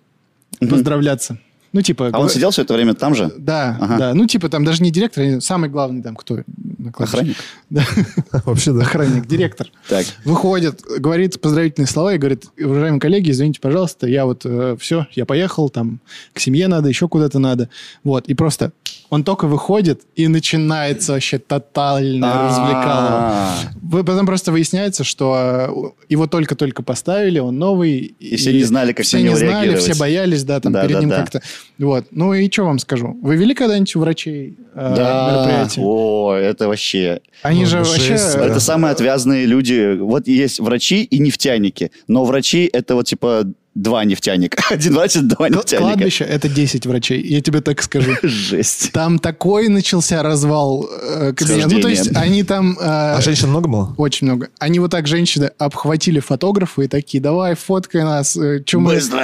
Speaker 1: поздравляться. Ну, типа...
Speaker 2: А он
Speaker 1: гва-
Speaker 2: сидел все это время там же?
Speaker 1: Да,
Speaker 2: Ага.
Speaker 1: да. Ну, типа, там даже не директор, а самый главный там кто? на кладбище.
Speaker 2: Охранник?
Speaker 1: Да,
Speaker 3: Вообще, да.
Speaker 1: охранник, директор.
Speaker 2: Так.
Speaker 1: Выходит, говорит поздравительные слова и говорит, уважаемые коллеги, извините, пожалуйста, я вот все, я поехал, там к семье надо, еще куда-то надо. Вот, и просто он только выходит, и начинается вообще тотально развлекало.
Speaker 2: А,
Speaker 1: Вы- Потом просто выясняется, что э, его только-только поставили, он новый. И
Speaker 2: все не знали, как на
Speaker 1: все
Speaker 2: него
Speaker 1: не знали,
Speaker 2: реагировать.
Speaker 1: Все боялись, да, там
Speaker 2: Да,
Speaker 1: перед
Speaker 2: да,
Speaker 1: ним
Speaker 2: да.
Speaker 1: как-то. Вот. Ну и что вам скажу? Вы вели когда-нибудь у врачей э,
Speaker 2: Да,
Speaker 1: мероприятие?
Speaker 2: о, это вообще...
Speaker 1: Они
Speaker 3: Ну,
Speaker 1: же
Speaker 3: это
Speaker 1: вообще...
Speaker 3: жесть,
Speaker 1: э,
Speaker 2: Это самые отвязные люди. Вот есть врачи и нефтяники. Но врачи — это вот типа два нефтяника. Один врач — это два
Speaker 1: кл-
Speaker 2: нефтяника.
Speaker 1: Кладбище — это 10 врачей, я тебе так скажу.
Speaker 2: Жесть.
Speaker 1: Там такой начался развал э, кабинета. Ну, то
Speaker 2: Схождение.
Speaker 1: есть они там... э,
Speaker 3: А женщин много было?
Speaker 1: Очень много. Они вот так, женщины, обхватили фотографа и такие, давай, фоткай нас. э, чё мы-
Speaker 2: Быстро!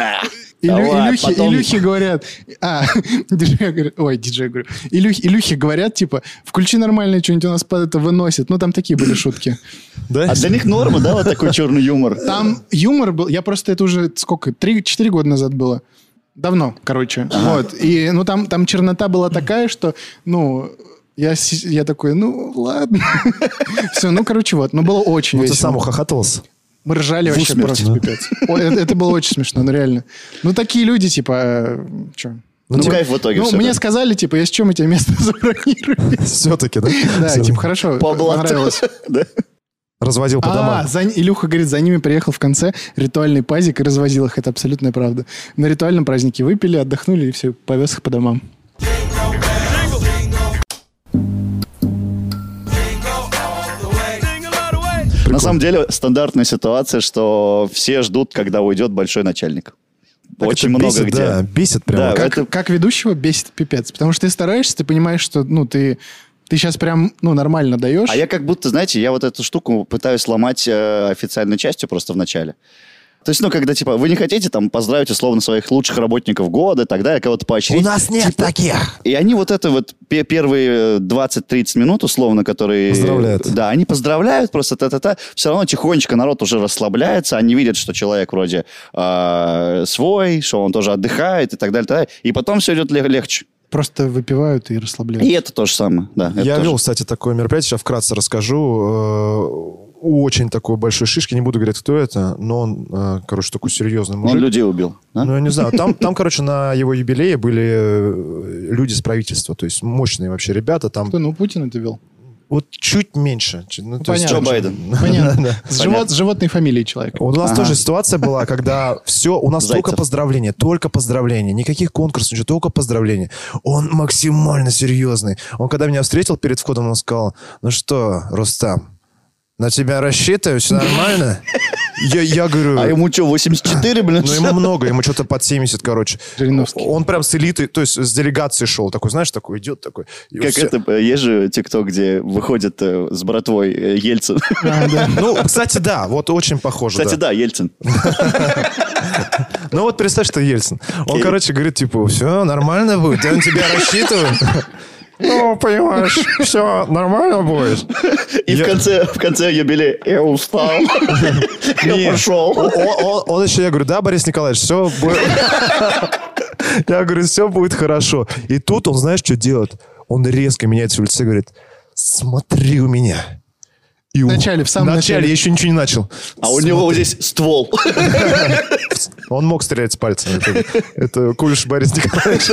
Speaker 1: Илю-
Speaker 2: Давай,
Speaker 1: Илюхи,
Speaker 2: потом-
Speaker 1: Илюхи говорят... А, диджей говорит... Ой, диджей говорю. Илюхи, Илюхи говорят, типа, включи нормальное что-нибудь, у нас под это выносит. Ну, там такие были шутки.
Speaker 3: Да?
Speaker 2: А для них норма, да, вот такой черный юмор?
Speaker 1: Там юмор был... Я просто это уже сколько? Три, четыре года назад было. Давно, короче. Вот. И, ну, там, там чернота была такая, что, ну... Я, си- я такой, ну, ладно. Все, ну, короче, вот. Ну, было очень
Speaker 3: Ну, ты
Speaker 1: весело.
Speaker 3: сам ухахатывался.
Speaker 1: Мы ржали
Speaker 2: В
Speaker 1: вообще
Speaker 2: усмерть.
Speaker 1: просто пипец. Ой, это, это было очень смешно, ну, реально. Ну, такие люди, типа, что?
Speaker 2: Ну,
Speaker 3: типа,
Speaker 2: кайф в итоге
Speaker 1: Ну,
Speaker 2: всё,
Speaker 1: мне
Speaker 2: да.
Speaker 1: сказали, типа, я с чем мы тебе место забронирую?
Speaker 3: Все-таки, да?
Speaker 1: Да,
Speaker 3: Всё.
Speaker 1: типа, хорошо,
Speaker 2: По блату.
Speaker 1: понравилось.
Speaker 2: Да.
Speaker 3: Разводил по
Speaker 1: А,
Speaker 3: домам.
Speaker 1: за- Илюха говорит, за ними приехал в конце ритуальный пазик и развозил их. Это абсолютная правда. На ритуальном празднике выпили, отдохнули и все, повез их по домам.
Speaker 2: На самом деле стандартная ситуация, что все ждут, когда уйдет большой начальник.
Speaker 3: Так
Speaker 2: Очень
Speaker 3: это
Speaker 2: много
Speaker 3: бесит,
Speaker 2: где.
Speaker 3: Да, бесит
Speaker 2: Да,
Speaker 3: прямо.
Speaker 1: Как,
Speaker 2: А это-
Speaker 1: как ведущего бесит пипец. Потому что ты стараешься, ты понимаешь, что, ну, ты... Ты сейчас прям, ну, нормально даешь.
Speaker 2: А я как будто, знаете, я вот эту штуку пытаюсь сломать э, официальной частью просто в начале. То есть, ну, когда, типа, вы не хотите там поздравить условно своих лучших работников года и так далее, кого-то поощрить.
Speaker 3: нет таких.
Speaker 2: И они вот это вот пе- первые э, 20-30 минут, условно, которые...
Speaker 3: Поздравляют.
Speaker 2: Да, они поздравляют просто та-та-та. Все равно тихонечко народ уже расслабляется, они видят, что человек вроде э, свой, что он тоже отдыхает и так далее. и так далее. И потом все идет лег- легче.
Speaker 1: Просто выпивают и расслабляются.
Speaker 2: И это то же самое, да. это
Speaker 3: Я
Speaker 2: тоже.
Speaker 3: вел, кстати, такое мероприятие, сейчас вкратце расскажу. Э, У очень такой большой шишки, не буду говорить, кто это, но он, э, короче, такой серьезный
Speaker 2: Он
Speaker 3: мужик.
Speaker 2: людей убил. да?
Speaker 3: Ну, я не знаю. Там, там, короче, на его юбилее были э, люди с правительства, то есть мощные вообще ребята. Там
Speaker 1: Кто, ну, Путин это вел.
Speaker 3: вот чуть меньше. Чуть- ну, то есть-
Speaker 1: Понятно.
Speaker 2: Джо Байден.
Speaker 1: Понятно. С
Speaker 2: Понятно.
Speaker 1: живот- с животной фамилией человека.
Speaker 3: У нас
Speaker 2: Ага.
Speaker 3: тоже ситуация была, когда все, у нас
Speaker 2: Зайцев.
Speaker 3: только поздравления, только поздравления, никаких конкурсов, ничего, только поздравления. Он максимально серьезный. Он когда меня встретил перед входом, он сказал, ну что, Рустам, на тебя рассчитываю, все нормально? Я, я говорю...
Speaker 2: А ему что, 84, блин?
Speaker 3: э. Ну, ему много, ему что-то под 70, короче.
Speaker 1: Жириновский.
Speaker 3: Он прям с элитой, то есть с делегацией шел, такой, знаешь, такой идет, такой. И
Speaker 2: Как
Speaker 3: всё.
Speaker 2: это, э, есть же тикток, где выходит э, с братвой э, Ельцин.
Speaker 3: Ну, кстати, да, вот очень похоже.
Speaker 2: Кстати,
Speaker 3: да.
Speaker 2: да, Ельцин.
Speaker 3: Ну вот представь, что Ельцин. Он,
Speaker 2: Окей.
Speaker 3: короче, говорит, типа, все нормально будет, я на тебя рассчитываю. Ну, понимаешь, все нормально будет.
Speaker 2: И в
Speaker 3: Я-
Speaker 2: конце, в конце юбилей я устал, я
Speaker 3: Не. О-
Speaker 2: пошел.
Speaker 3: о- о- Он еще, я говорю, да, Борис Николаевич, все будет... Я говорю, все будет хорошо. И тут он, знаешь, что делает? Он резко меняется в лице, говорит, смотри у меня. И у-
Speaker 1: В начале, в самом начале.
Speaker 3: я еще ничего не начал.
Speaker 2: А у него вот здесь ствол.
Speaker 3: Он мог стрелять с пальцем. Это, это Кулиш Борис Николаевич.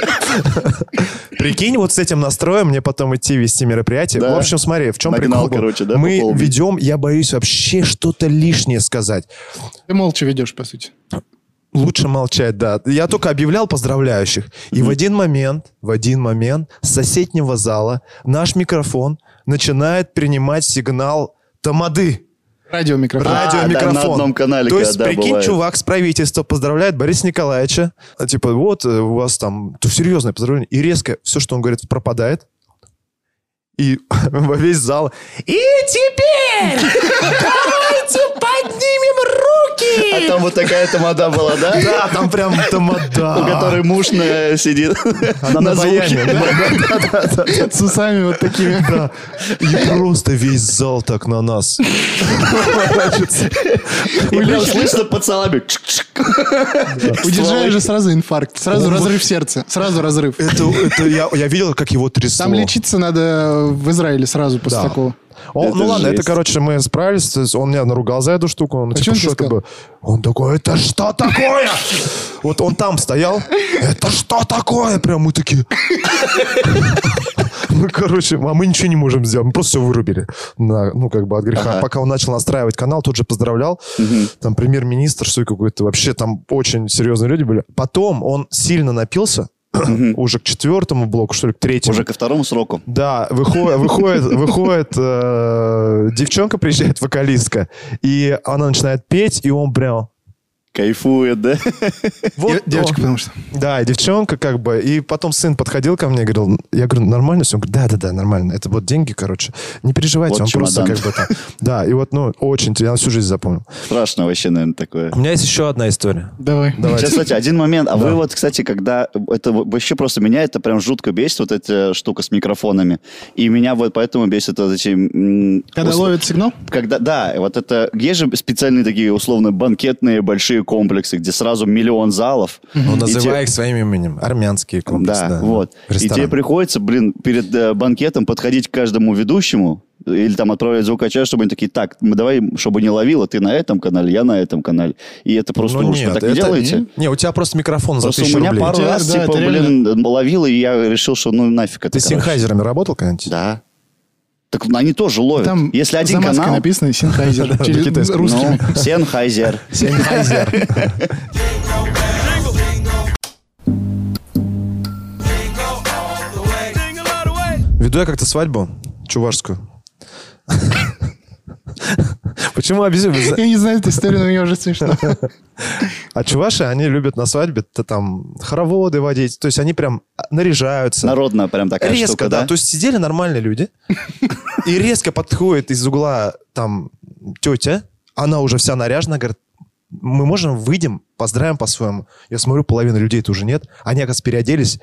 Speaker 3: Прикинь, вот с этим настроем мне потом идти вести мероприятие.
Speaker 2: Да.
Speaker 3: В общем, смотри, в чем
Speaker 2: Нагнал,
Speaker 3: прикол был?
Speaker 2: короче, да, по
Speaker 3: Мы
Speaker 2: полной.
Speaker 3: ведем, я боюсь вообще что-то лишнее сказать.
Speaker 1: Ты молча ведешь, по сути.
Speaker 3: Лучше молчать, да. Я только объявлял поздравляющих. И в один момент, в один момент с соседнего зала наш микрофон начинает принимать сигнал тамады.
Speaker 1: Радиомикрофон.
Speaker 2: Ра-
Speaker 3: Радиомикрофон.
Speaker 2: А, да, на одном канале,
Speaker 3: То есть,
Speaker 2: да,
Speaker 3: прикинь,
Speaker 2: бывает.
Speaker 3: чувак с правительства поздравляет Бориса Николаевича. А, Типа, вот, э, у вас там то серьезное поздравление. И резко все, что он говорит, пропадает. И во весь зал. И теперь давайте поднимем
Speaker 2: А там вот такая тамада была, да?
Speaker 3: Да, там прям
Speaker 2: У
Speaker 3: тамада.
Speaker 2: которой муж на- сидит
Speaker 3: Она
Speaker 2: на
Speaker 3: на баяне.
Speaker 2: звуке.
Speaker 3: да, да, да, да.
Speaker 1: С усами вот такими.
Speaker 3: Да. И просто весь зал так на нас.
Speaker 2: И прям слышно поцелами. Чик-чик.
Speaker 1: У диджея же сразу инфаркт, Э, сразу
Speaker 3: Он
Speaker 1: разрыв сердца, сразу разрыв.
Speaker 3: Это, это я, я видел, как его трясло.
Speaker 1: Там лечиться надо в Израиле сразу после
Speaker 3: Да.
Speaker 1: такого.
Speaker 3: Он-
Speaker 2: Это
Speaker 3: ну ладно, это,
Speaker 2: жесть.
Speaker 3: короче, мы справились. То есть он меня наругал за эту штуку. Он,
Speaker 1: чё
Speaker 3: типа,
Speaker 1: он
Speaker 3: что
Speaker 1: тебе
Speaker 3: это
Speaker 1: сказал?
Speaker 3: было? Он такой, это что такое? Вот он там стоял. Это что такое? Прям мы такие... Ну, короче, а мы ничего не можем сделать. Мы просто все вырубили. На- ну, как бы от греха.
Speaker 2: Ага.
Speaker 3: Пока он начал настраивать канал, тут же поздравлял. Там премьер-министр, что ли, какой-то. Вообще там очень серьезные люди были. Потом он сильно напился. Уже к четвертому блоку, что ли, к третьему.
Speaker 2: Уже ко второму сроку.
Speaker 3: Да, выходит, выходит, выходит э, девчонка приезжает, вокалистка, и она начинает петь, и он прям...
Speaker 2: Кайфует, да?
Speaker 3: Вот
Speaker 1: Дев- Девочка,
Speaker 3: он.
Speaker 1: потому что.
Speaker 3: Да, и девчонка как бы. И потом сын подходил ко мне и говорил, я говорю, нормально все? Он говорит, да-да-да, нормально. Это вот деньги, короче. Не переживайте,
Speaker 2: Вот
Speaker 3: он просто
Speaker 2: чемодан.
Speaker 3: как бы там. Да, и вот, ну, очень, я всю жизнь запомнил.
Speaker 2: Страшно вообще, наверное, такое.
Speaker 3: У меня есть еще одна история.
Speaker 1: Давай.
Speaker 3: Давайте.
Speaker 2: Сейчас, кстати, один момент. А вы вот, кстати, когда... э, Это вообще просто меня это прям жутко бесит, вот эта штука с микрофонами. И меня вот поэтому бесит вот эти... м,
Speaker 1: Когда
Speaker 2: усл-
Speaker 1: ловят сигнал?
Speaker 2: Когда, да, вот это... Есть же специальные такие, условно, банкетные большие комплексы, где сразу миллион залов.
Speaker 3: Ну,
Speaker 2: И те-
Speaker 3: называй их своим именем. Армянские комплексы.
Speaker 2: Да, вот. И
Speaker 3: Ресторан.
Speaker 2: тебе приходится, блин, перед э, банкетом подходить к каждому ведущему или там отправлять звукача, чтобы они такие, так, мы давай, чтобы не ловило, ты на этом канале, я на этом канале. И это просто
Speaker 3: Ну,
Speaker 2: ужас. Вы
Speaker 3: нет,
Speaker 2: так не
Speaker 3: это-
Speaker 2: делаете?
Speaker 3: Не, у тебя просто микрофон за
Speaker 2: Просто у
Speaker 3: тысячу
Speaker 2: меня
Speaker 3: рублей.
Speaker 2: пару
Speaker 1: Тебя-
Speaker 2: раз,
Speaker 1: да,
Speaker 2: типа,
Speaker 1: это
Speaker 2: блин, ловил, и я решил, что ну нафиг это.
Speaker 3: Ты с
Speaker 2: короче.
Speaker 3: синхайзерами работал когда-нибудь?
Speaker 2: Да. Так они тоже ловят.
Speaker 1: Там
Speaker 2: Если один
Speaker 1: за маской
Speaker 2: канал...
Speaker 1: написано Синхайзер.
Speaker 3: Да,
Speaker 1: через-
Speaker 3: китайский.
Speaker 2: ну,
Speaker 1: Русскими.
Speaker 2: Sennheiser.
Speaker 3: Синхайзер. Веду я как-то свадьбу чувашскую. Почему объясню? Вы зна-
Speaker 1: Я не знаю эту историю, но мне уже смешно.
Speaker 3: А чуваши, они любят на свадьбе-то там хороводы водить. То есть они прям наряжаются.
Speaker 2: Народная прям такая
Speaker 3: резко,
Speaker 2: штука,
Speaker 3: Э, да.
Speaker 2: да?
Speaker 3: То есть сидели нормальные люди, и резко подходит из угла там тетя, она уже вся наряжена, говорит, мы можем выйдем, поздравим по-своему. Я смотрю, половины людей-то уже нет. Они, оказывается, переоделись.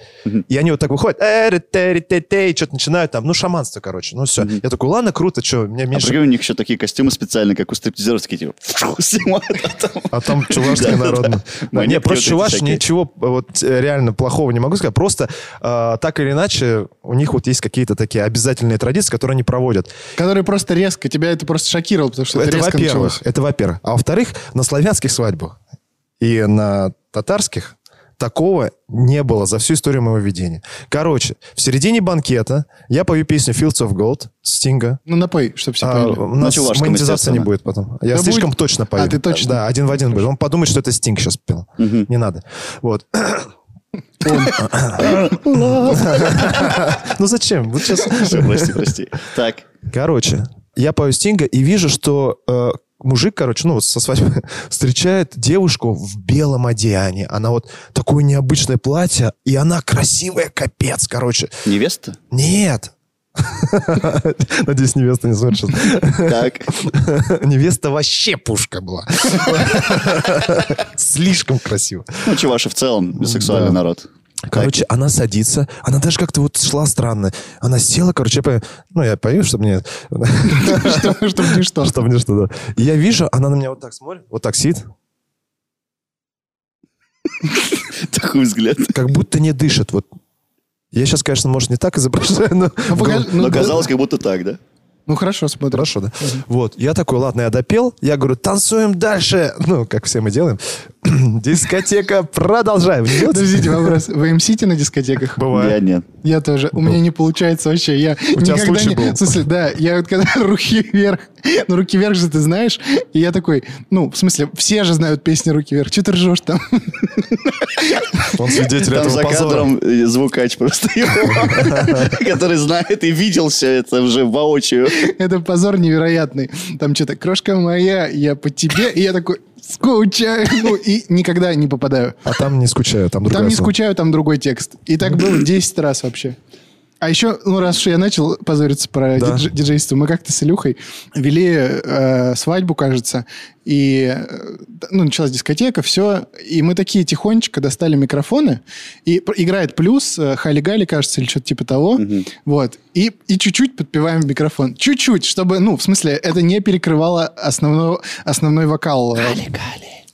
Speaker 3: И они вот так выходят. «Э, Что-то начинают там. Ну, шаманство, короче. Ну, все. Я такой, ладно, круто, что, меня
Speaker 2: А
Speaker 3: меньше...
Speaker 2: прикинь, у них еще такие костюмы специальные, как у стриптизеров, такие типа... фшу, снимают, а там-
Speaker 3: А там чувашская
Speaker 2: Да, да,
Speaker 3: народная.
Speaker 2: да. Ну,
Speaker 3: Да, Не,
Speaker 2: Монетки
Speaker 3: просто
Speaker 2: вот эти
Speaker 3: чуваш
Speaker 2: всякие.
Speaker 3: ничего э, вот э, реально плохого не могу сказать. Просто э, так или иначе у них вот есть какие-то такие обязательные традиции, которые они проводят.
Speaker 1: Который просто резко, тебя это просто шокировало, потому что это
Speaker 3: Это
Speaker 1: резко началось.
Speaker 3: во-первых. Это во-первых. А во-вторых, на славянских свадьбах и на татарских такого не было за всю историю моего ведения. Короче, в середине банкета я пою песню «Fields of Gold» Стинга.
Speaker 1: Ну, напой, чтобы все
Speaker 3: А,
Speaker 1: поняли.
Speaker 3: у нас
Speaker 2: чувашском,
Speaker 3: монетизация не
Speaker 2: естественно.
Speaker 3: будет потом. Я
Speaker 1: ну, Да
Speaker 3: слишком
Speaker 1: будет.
Speaker 3: точно пою.
Speaker 1: А, ты точно.
Speaker 3: Да, один в один будет. Он подумает, что это Стинг сейчас пел. Не надо. Вот. Ну зачем? Вот сейчас
Speaker 2: Всё, Прости, прости. Так,
Speaker 3: Короче, я пою Стинга и вижу, что э, мужик, короче, ну вот со свадьбы, встречает девушку в белом одеянии. Она вот такое необычное платье, и она красивая, капец, короче.
Speaker 2: невеста?
Speaker 3: Нет. Надеюсь, невеста не смотрит сейчас.
Speaker 2: Так.
Speaker 3: Невеста вообще пушка была. Слишком красиво.
Speaker 2: Ну, чуваши в целом, бисексуальный
Speaker 3: Да.
Speaker 2: народ.
Speaker 3: Короче, она садится, она даже как-то вот шла странно. Она села, короче, я пою, ну, я пою, чтобы мне...
Speaker 1: Чтобы ничто.
Speaker 3: Чтобы мне что, да. И я вижу, она на меня вот так смотрит, вот так сидит,
Speaker 2: Так, Такой взгляд.
Speaker 3: как будто не дышит. Вот. Я сейчас, конечно, может, не так изображаю, но...
Speaker 1: Ну, покажи- ну,
Speaker 2: Но
Speaker 1: да.
Speaker 2: казалось, как будто так, да?
Speaker 1: Ну, хорошо, смотрю.
Speaker 3: Хорошо, да? Вот. Я такой, ладно, я допел. Я говорю, танцуем дальше. Ну, как все мы делаем. Дискотека, продолжаем. Не делаете?
Speaker 1: Подождите, вопрос. Вы мсите на дискотеках?
Speaker 2: Я
Speaker 3: Бывает.
Speaker 2: нет.
Speaker 1: Я тоже. У меня не получается вообще. Я
Speaker 3: У тебя
Speaker 1: никогда
Speaker 3: случай
Speaker 1: не...
Speaker 3: был?
Speaker 1: В смысле, да. Я вот когда руки вверх... Ну, руки вверх же ты знаешь. И я такой... Ну, в смысле, все же знают песни руки вверх. Че ты ржешь там?
Speaker 3: Он свидетель
Speaker 2: Там
Speaker 3: этого
Speaker 2: за
Speaker 3: позора.
Speaker 2: кадром э, звукач просто его, который знает и видел все это уже воочию.
Speaker 1: Это позор невероятный. Там что-то, крошка моя, я по тебе. И я такой, скучаю. Ну, и никогда не попадаю.
Speaker 3: А там не скучаю, там другая
Speaker 1: Там не
Speaker 3: сумма.
Speaker 1: скучаю, там другой текст. И так было 10 раз вообще. А еще, ну раз уж я начал позориться про
Speaker 3: Да.
Speaker 1: дидж- диджейство, мы как-то с Илюхой вели э, свадьбу, кажется, и э, ну, началась дискотека, все, и мы такие тихонечко достали микрофоны, и пр- играет плюс, э, хали-гали, кажется, или что-то типа того, вот, и, и чуть-чуть подпеваем в микрофон, чуть-чуть, чтобы, ну, в смысле, это не перекрывало основного, основной вокал. э,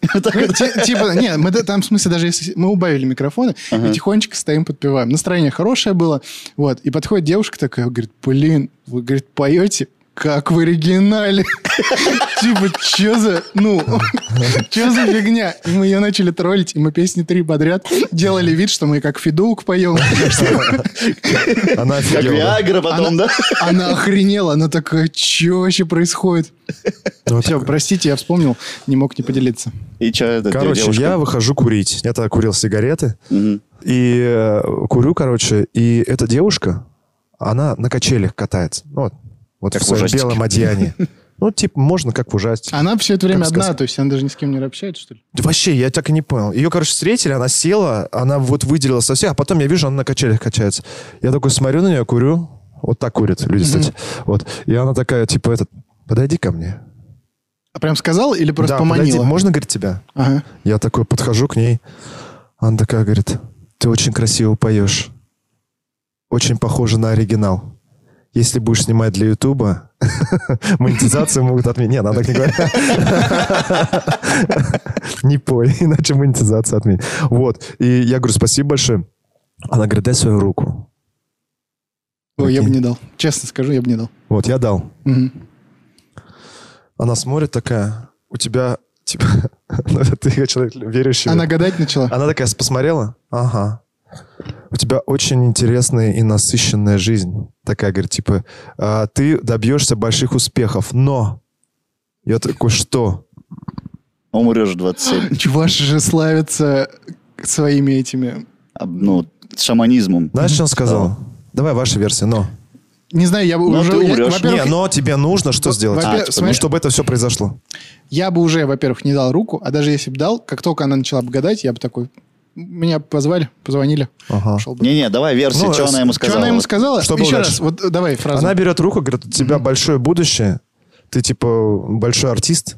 Speaker 1: ну, ти- Типа, не, мы да- там, в смысле, даже если мы убавили микрофоны и тихонечко стоим, подпеваем. Настроение хорошее было. Вот. И подходит девушка такая, говорит, блин, вы, говорит, поете как в оригинале. Типа, чё за... Ну, чё за фигня? И мы ее начали троллить, и мы песни три подряд делали вид, что мы как Федук поем.
Speaker 3: Она
Speaker 2: Как
Speaker 3: офигела. да?
Speaker 2: Виагра потом, да?
Speaker 1: Она охренела, она такая, чё вообще происходит?
Speaker 3: Ну, Вот
Speaker 1: Все,
Speaker 3: так.
Speaker 1: простите, я вспомнил, не мог не поделиться.
Speaker 2: И что это
Speaker 3: Короче,
Speaker 2: девушка?
Speaker 3: я выхожу курить. Я тогда курил сигареты.
Speaker 2: Мгм.
Speaker 3: И э, курю, короче, и эта девушка, она на качелях катается. Ну, вот, вот
Speaker 2: Как
Speaker 3: в
Speaker 2: в
Speaker 3: своем
Speaker 2: ужастике.
Speaker 3: белом одеянии. Ну, типа, можно как в ужастике.
Speaker 1: Она все это время
Speaker 3: Как
Speaker 1: одна,
Speaker 3: сказка.
Speaker 1: то есть она даже ни с кем не общается, что ли?
Speaker 3: Да вообще, я так и не понял. Ее, короче, встретили, она села, она вот выделила со всех, а потом я вижу, она на качелях качается. Я такой смотрю на нее, курю. Вот так курят люди, кстати. Вот. И она такая, типа, этот, подойди ко мне.
Speaker 1: А Прям сказал или просто
Speaker 3: Да,
Speaker 1: поманила?
Speaker 3: подойди, можно, говорит, тебя?
Speaker 1: Ага.
Speaker 3: Я такой подхожу к ней. Она такая говорит, ты очень красиво поешь. Очень похоже на оригинал. Если будешь снимать для Ютуба, монетизацию могут отменить. Нет, она так не говорит. Не пой, иначе монетизация отменит. Вот. И я говорю, спасибо большое. Она говорит, дай свою руку.
Speaker 1: Ой, я бы
Speaker 3: Окей.
Speaker 1: не дал. Честно скажу, я бы не дал.
Speaker 3: Вот, я дал.
Speaker 1: Мгм.
Speaker 3: Она смотрит такая, у тебя, типа, ну, это ты человек верующий. в
Speaker 1: Она гадать начала.
Speaker 3: Она такая посмотрела. Ага. У тебя очень интересная и насыщенная жизнь. Такая, говорит, типа, «А, ты добьешься больших успехов, но... Я такой, что?
Speaker 2: Умрешь в 27.
Speaker 1: Чуваши же славятся своими этими...
Speaker 2: А, Ну, с шаманизмом.
Speaker 3: Знаешь, что он сказал? Давай ваша версия, но...
Speaker 1: Не знаю, я бы
Speaker 2: Ну,
Speaker 1: уже...
Speaker 2: ты
Speaker 1: я-
Speaker 2: умрёшь.
Speaker 1: во-первых,
Speaker 3: Не, но тебе нужно что сделать?
Speaker 1: во-первых,
Speaker 2: А, типа,
Speaker 3: Ну,
Speaker 1: смотри,
Speaker 3: чтобы это все произошло.
Speaker 1: Я бы уже, во-первых, не дал руку, а даже если бы дал, как только она начала бы гадать, я бы такой... Меня бы позвали, позвонили,
Speaker 3: Ага.
Speaker 1: пошел бы.
Speaker 2: Не-не, давай версию,
Speaker 3: Ну,
Speaker 2: что
Speaker 3: с-
Speaker 2: она ему
Speaker 1: Что
Speaker 2: сказала.
Speaker 1: она ему сказала?
Speaker 3: Что было
Speaker 1: Еще
Speaker 3: дальше?
Speaker 1: раз, вот э, давай фразу.
Speaker 3: Она берет руку, говорит, у тебя большое будущее, ты типа большой артист.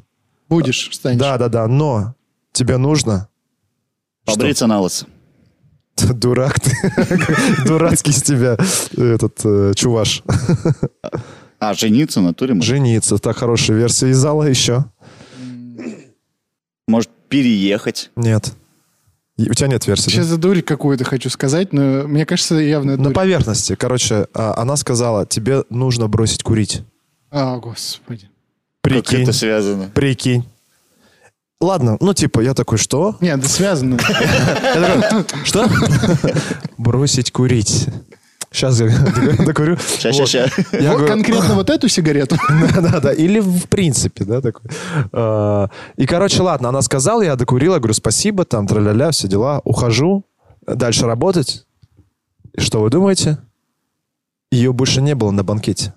Speaker 1: Будешь, станешь.
Speaker 3: Да-да-да, но тебе нужно...
Speaker 2: Побриться на лысо.
Speaker 3: Дурак ты. Дурацкий из тебя этот э, чуваш.
Speaker 2: А, жениться в натуре может.
Speaker 3: Жениться. Так, хорошая версия из зала еще?
Speaker 2: Может, переехать.
Speaker 3: Нет. И- У тебя нет версии? да?
Speaker 1: Сейчас за дурь какую-то хочу сказать, но мне кажется, явно
Speaker 3: На
Speaker 1: дурь.
Speaker 3: поверхности. Короче, а, она сказала, тебе нужно бросить курить.
Speaker 1: А, господи.
Speaker 2: Как
Speaker 3: Прикинь.
Speaker 2: это связано?
Speaker 3: Прикинь. Ладно, ну типа, я такой, что?
Speaker 1: Не, да связано.
Speaker 3: Что? Бросить курить. Сейчас я докурю.
Speaker 2: Сейчас,
Speaker 3: Вот.
Speaker 2: сейчас, сейчас.
Speaker 3: Я
Speaker 1: Вот
Speaker 3: говорю,
Speaker 1: конкретно вот эту сигарету.
Speaker 3: Да-да-да, или в принципе, да, такой. А, И, короче, ладно, она сказала, я докурила, говорю, спасибо, там, тра-ля-ля, все дела, ухожу, дальше работать. И что вы думаете? Ее больше не было на банкете.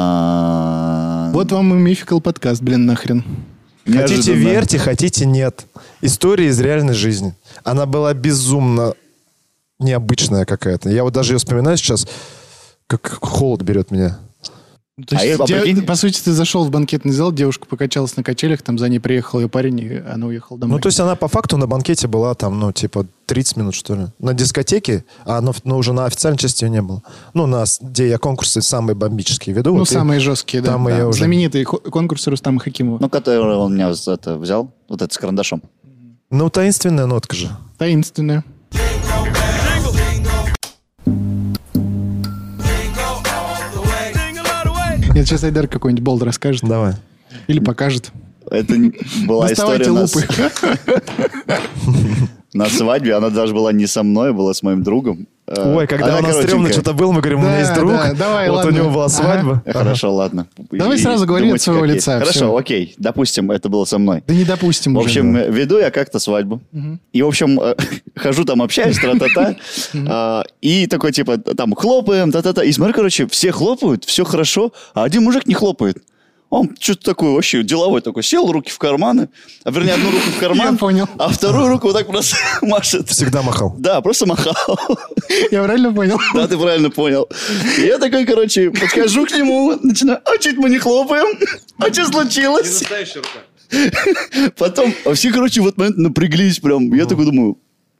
Speaker 2: Да-да-да-да.
Speaker 1: Вот вам и мификал подкаст, блин, нахрен.
Speaker 3: Хотите
Speaker 2: Неожиданно.
Speaker 3: верьте, хотите нет. История из реальной жизни. Она была безумно необычная какая-то. Я вот даже ее вспоминаю сейчас, как холод берет меня.
Speaker 1: То
Speaker 2: А
Speaker 1: есть
Speaker 2: я- а
Speaker 1: те-
Speaker 2: прикинь-
Speaker 1: по сути, ты зашел в банкетный зал, девушка покачалась на качелях, там за ней приехал ее парень, и она уехала домой.
Speaker 3: Ну, то есть она по факту на банкете была там, ну, типа 30 минут, что ли. На дискотеке, а оно, ну, уже на официальной части ее не было. Ну, на, с- где я конкурсы самые бомбические веду.
Speaker 1: Ну,
Speaker 3: вот и-
Speaker 1: самые жесткие, да.
Speaker 3: там
Speaker 1: да.
Speaker 3: я уже-
Speaker 1: Знаменитые хо- конкурсы Рустама Хакимова.
Speaker 2: Ну, который он меня за это взял, вот это с карандашом.
Speaker 3: Ну, таинственная нотка же.
Speaker 1: Таинственная. Нет, сейчас Айдар какой-нибудь болт расскажет
Speaker 3: Давай.
Speaker 1: или покажет.
Speaker 2: Это не- была история
Speaker 1: Доставайте
Speaker 2: у нас
Speaker 1: лупы.
Speaker 2: на свадьбе. Она даже была не со мной, а была с моим другом. Э,
Speaker 3: Ой, когда
Speaker 2: она
Speaker 3: у нас
Speaker 2: коротенькая.
Speaker 3: стрёмно что-то было, мы говорим, у
Speaker 1: Да,
Speaker 3: меня есть друг,
Speaker 1: да, давай,
Speaker 3: вот
Speaker 1: ладно.
Speaker 3: у него была
Speaker 1: Ага.
Speaker 3: свадьба.
Speaker 2: Э, Хорошо, ладно.
Speaker 1: Давай сразу говори
Speaker 2: думайте,
Speaker 1: от своего
Speaker 2: как есть.
Speaker 1: лица,
Speaker 2: Хорошо,
Speaker 1: всё.
Speaker 2: окей. Допустим, это было со мной.
Speaker 1: Да не допустим
Speaker 2: В
Speaker 1: уже. ну.
Speaker 2: общем, э, веду я как-то свадьбу. И, в общем, э, хожу там, общаюсь, тра-та-та. А, И такой, типа, там, хлопаем, та-та-та. И смотрю, короче, все хлопают, все хорошо, а один мужик не хлопает. Он что-то такой вообще деловой такой. Сел, руки в карманы. А вернее, одну руку в карман.
Speaker 1: Я понял.
Speaker 2: А вторую руку вот так просто машет.
Speaker 3: Всегда махал.
Speaker 2: Да, просто махал.
Speaker 1: Я правильно понял?
Speaker 2: Да, ты правильно понял. И Я такой, короче, подхожу к нему, начинаю, а чуть мы не хлопаем, а что случилось?
Speaker 4: Настоящая рука.
Speaker 2: Потом а все, короче, в этот момент напряглись прям. Я такой думаю,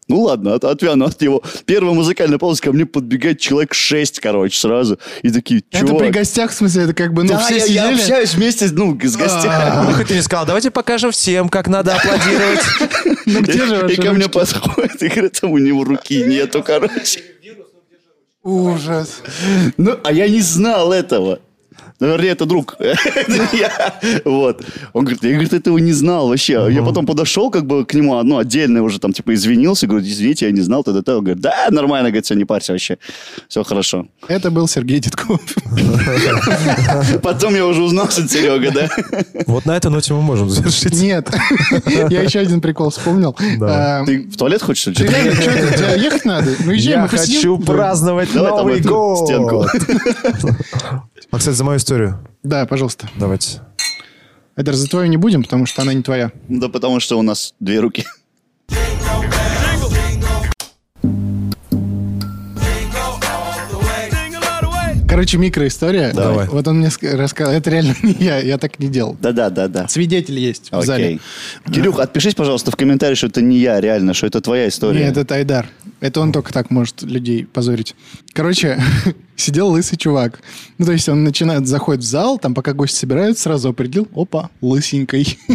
Speaker 2: ну ладно, от, отвяну от него. Первая музыкальная пауза, ко мне подбегает человек шесть, короче, сразу. И такие, чувак...
Speaker 1: Это при гостях, в смысле, это как бы, ну,
Speaker 2: Да,
Speaker 1: все
Speaker 2: я, я
Speaker 1: сидели.
Speaker 2: общаюсь вместе ну, с гостями.
Speaker 3: Ну, хоть ты не сказал, давайте покажем всем, как надо аплодировать.
Speaker 1: Ну, где же
Speaker 2: И
Speaker 1: ваши
Speaker 2: ко мне
Speaker 1: ручки?
Speaker 2: подходит и говорит, там у него руки нету, короче.
Speaker 1: Ужас.
Speaker 2: Ну, а я не знал этого. Ну, вернее, это друг. Это я. Вот. Он говорит, я говорит, этого не знал вообще. Я потом подошел как бы к нему, ну, отдельно уже там, типа, извинился. Говорю, извините, я не знал. т.д. т.». Он говорит, да, нормально, говорит, все, не парься вообще. Все хорошо.
Speaker 1: Это был Сергей Дедков.
Speaker 2: Потом я уже узнал, что это Серега, да?
Speaker 3: Вот на этой ноте мы можем завершить.
Speaker 1: Нет. Я еще один прикол вспомнил.
Speaker 3: Давай.
Speaker 1: Эм,
Speaker 2: Ты в туалет хочешь, что
Speaker 1: ты
Speaker 2: ли?
Speaker 1: реально, что ты, тебе ехать надо? Ну, езжай,
Speaker 3: Я
Speaker 1: мы посидим.
Speaker 3: хочу
Speaker 1: Да.
Speaker 3: праздновать
Speaker 2: Давай там
Speaker 3: Новый
Speaker 2: эту
Speaker 3: год.
Speaker 2: стенку.
Speaker 3: А, кстати, за мою историю.
Speaker 1: Да, пожалуйста.
Speaker 3: Давайте.
Speaker 1: Эдер, за твою не будем, потому что она не твоя.
Speaker 2: Ну, Да потому что у нас две руки.
Speaker 1: Короче, микроистория.
Speaker 3: Давай.
Speaker 1: Вот он мне ска- рассказал. Это реально не я, я так не делал.
Speaker 2: Да-да-да-да.
Speaker 1: Свидетель есть в зале.
Speaker 2: Окей. Кирюх, отпишись, пожалуйста, в комментарии, что это не я реально, что это твоя история.
Speaker 1: Нет, это Айдар. Это он только так может людей позорить. Короче, сидел лысый чувак. Ну, то есть он начинает, заходит в зал, там, пока гости собирают, сразу определил, опа, лысенький.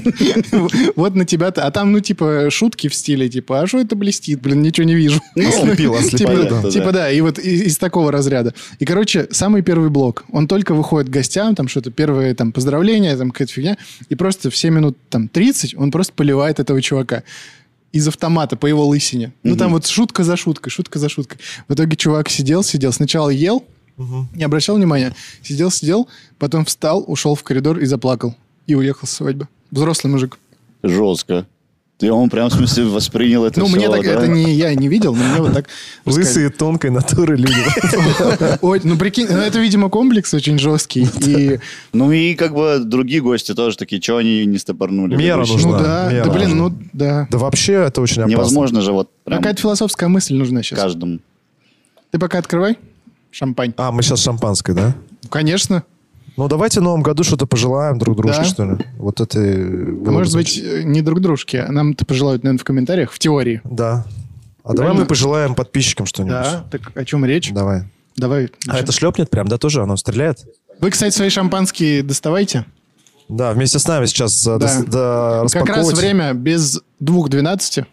Speaker 1: Вот на тебя-то. А там, ну, типа, шутки в стиле, типа, а что это блестит? Блин, ничего не вижу.
Speaker 3: Ослепил,
Speaker 1: Типа,
Speaker 3: ослепил.
Speaker 2: Понятно, да.
Speaker 1: типа, да, и вот и- из такого разряда. И, короче, самый первый блок. Он только выходит к гостям, там что-то первое, там, поздравление, там, какая-то фигня. И просто все минут, там, 30 он просто поливает этого чувака из автомата по его лысине. Ну, там вот шутка за шуткой, шутка за шуткой. В итоге чувак сидел, сидел. Сначала ел, не обращал внимания. Сидел, сидел, потом встал, ушел в коридор и заплакал. И уехал с свадьбы. Взрослый мужик.
Speaker 2: Жестко. Ты он прям, в смысле, воспринял это
Speaker 1: ну,
Speaker 2: всё,
Speaker 1: мне так,
Speaker 2: да?
Speaker 1: это не я не видел, но мне вот так рассказали.
Speaker 3: Лысые тонкой натуры люди.
Speaker 1: Ой, ну прикинь, ну это, видимо, комплекс очень жесткий. И,
Speaker 2: Ну и как бы другие гости тоже такие, чего они не стопорнули?
Speaker 3: Мера
Speaker 2: Ведущий?
Speaker 3: нужна.
Speaker 1: ну да,
Speaker 3: мера
Speaker 1: да блин,
Speaker 3: нужна.
Speaker 1: ну да.
Speaker 3: Да вообще это очень опасно.
Speaker 2: Невозможно же вот прям
Speaker 1: Ну, Какая-то философская мысль нужна сейчас.
Speaker 2: каждому.
Speaker 1: Ты пока открывай шампань.
Speaker 3: А, мы сейчас шампанское, да?
Speaker 1: Ну, Конечно.
Speaker 3: Ну, давайте в новом году что-то пожелаем друг дружке,
Speaker 1: Да.
Speaker 3: что ли. Вот это... э,
Speaker 1: А
Speaker 3: было
Speaker 1: может
Speaker 3: бы
Speaker 1: быть, э, не друг дружке, а нам-то пожелают, наверное, в комментариях, в теории.
Speaker 3: замечательно. Да. А давай мы пожелаем подписчикам
Speaker 1: Да,
Speaker 3: что-нибудь.
Speaker 1: так о чем речь?
Speaker 3: Давай.
Speaker 1: Давай.
Speaker 3: А это шлепнет прям, да, тоже? Оно стреляет?
Speaker 1: Вы, кстати, свои шампанские доставайте.
Speaker 3: Да, вместе с нами сейчас э,
Speaker 1: Да.
Speaker 3: дос- да,
Speaker 1: Как раз
Speaker 3: распаковывать.
Speaker 1: время без двух двенадцати.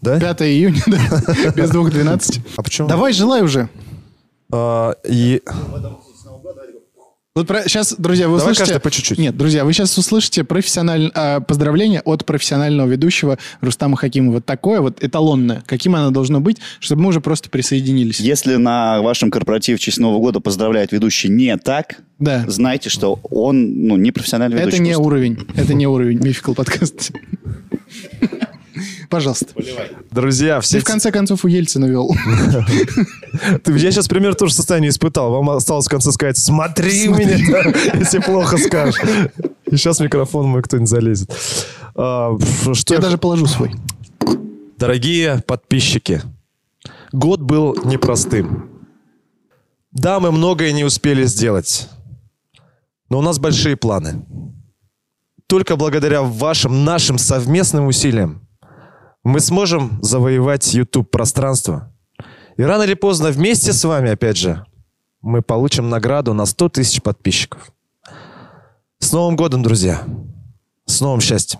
Speaker 3: Да?
Speaker 1: 5 июня, да, без двух двенадцати.
Speaker 3: А почему?
Speaker 1: Давай, желай уже.
Speaker 3: А, и...
Speaker 1: Вот про... сейчас, друзья, вы
Speaker 3: Давай
Speaker 1: услышите...
Speaker 3: каждый по чуть-чуть.
Speaker 1: Нет, друзья, вы сейчас услышите профессиональ... а, поздравление от профессионального ведущего Рустама Хакимова. Такое вот эталонное. Каким оно должно быть, чтобы мы уже просто присоединились.
Speaker 2: Если на вашем корпоративе в честь Нового года поздравляет ведущий не так,
Speaker 1: Да.
Speaker 2: знайте, что он ну, не профессиональный ведущий.
Speaker 1: Это не
Speaker 2: просто.
Speaker 1: уровень. Это не уровень. Мификал подкаст. Пожалуйста.
Speaker 3: Друзья, все...
Speaker 1: Ты в конце концов у Ельцина вел.
Speaker 3: Ты- я сейчас пример тоже состояние испытал. Вам осталось в конце сказать, смотри, меня, если плохо скажешь. И сейчас микрофон мой кто-нибудь залезет. А, ф- что
Speaker 1: Я
Speaker 3: я-
Speaker 1: даже положу свой.
Speaker 3: Дорогие подписчики, год был непростым. Да, мы многое не успели сделать, но у нас большие планы. Только благодаря вашим, нашим совместным усилиям мы сможем завоевать YouTube-пространство. И рано или поздно вместе с вами, опять же, мы получим награду на 100 тысяч подписчиков. С Новым годом, друзья! С новым счастьем!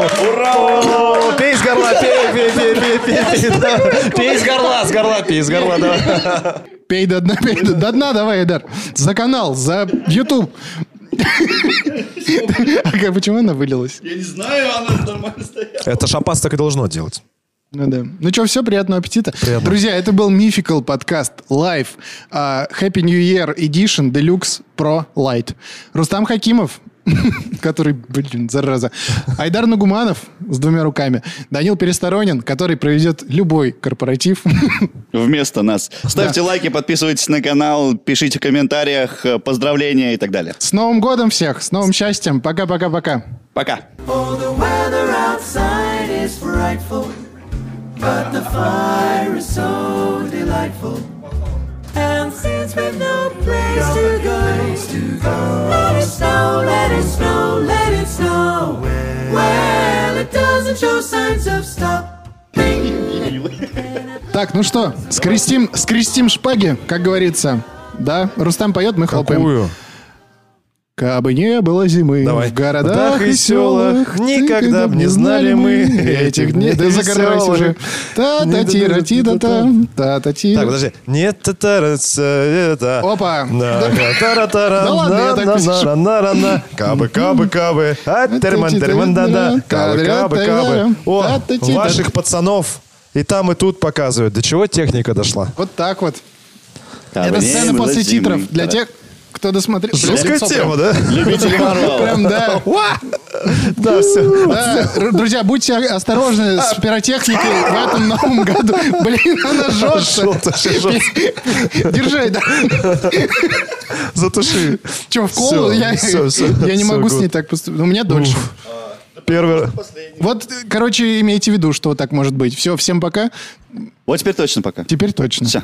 Speaker 3: Ура! Пей из горла, пей, пей, пей, пей, пей, пей. Пей из горла, с горла, пей из горла, давай.
Speaker 1: Пей до дна, пей до, до дна, давай, Эдар. За канал, за YouTube. А как- почему она вылилась?
Speaker 2: Я не знаю, она нормально стояла.
Speaker 3: Это шампанс так и должно делать.
Speaker 1: Ну да. Ну что, все, приятного аппетита.
Speaker 3: Приятного.
Speaker 1: Друзья, это был Мификал подкаст Live а, Happy New Year Edition Deluxe Pro Light. Рустам Хакимов, который, блин, зараза. Айдар Нагуманов с двумя руками. Данил Пересторонин, который проведет любой корпоратив.
Speaker 2: Вместо нас. Ставьте лайки, подписывайтесь на канал, пишите в комментариях э, поздравления и так далее.
Speaker 1: С Новым годом всех, с новым счастьем. Пока-пока-пока.
Speaker 2: Пока.
Speaker 4: Oh, the weather outside is frightful, but the fire is so delightful. And since we've no place to go, let it snow, let it snow, let it snow. Well, it doesn't show signs of stopping.
Speaker 1: Так, ну что, скрестим, скрестим шпаги, как говорится. Да, Рустам поет, мы хлопаем.
Speaker 3: Какую?
Speaker 1: Кабы не было зимы
Speaker 3: Давай.
Speaker 1: в городах и селах,
Speaker 3: никогда б не знали мы
Speaker 1: этих дней. Да
Speaker 3: веселых.
Speaker 1: закрывайся уже. Та-та-ти-ра-ти-та-та, та-та-ти.
Speaker 3: Так, подожди. Нет, татара, это...
Speaker 1: Опа.
Speaker 3: Да, тара-тара,
Speaker 1: Да ладно, я так
Speaker 3: на-
Speaker 1: пишу.
Speaker 3: на- на- на- на. Кабы, кабы, кабы. А, терман, терман, да, да. Кабы, кабы, кабы. О,
Speaker 1: Та-та-ти-та-та.
Speaker 3: ваших пацанов и там, и тут показывают. До чего техника дошла?
Speaker 1: Вот так вот. Это сцена после титров для тех, кто досмотрел. Блин,
Speaker 3: Жесткая
Speaker 1: лицо прям.
Speaker 3: тема, да?
Speaker 2: любителей Марвела.
Speaker 1: Прям, да.
Speaker 3: Да, все.
Speaker 1: Да, р- Друзья, будьте осторожны с
Speaker 3: А.
Speaker 1: пиротехникой в этом новом году. Блин, она жжется.
Speaker 3: Жжётся,
Speaker 1: Держи, да.
Speaker 3: Затуши.
Speaker 1: Че, в колу?
Speaker 3: Всё,
Speaker 1: Я
Speaker 3: всё, всё,
Speaker 1: я не
Speaker 3: всё,
Speaker 1: могу с
Speaker 3: good.
Speaker 1: ней так поступить. У меня дольше.
Speaker 3: Первый раз.
Speaker 1: Вот, э, короче, имейте в виду, что так может быть. Все, всем пока.
Speaker 2: Вот теперь точно пока.
Speaker 1: Теперь точно.
Speaker 2: Все.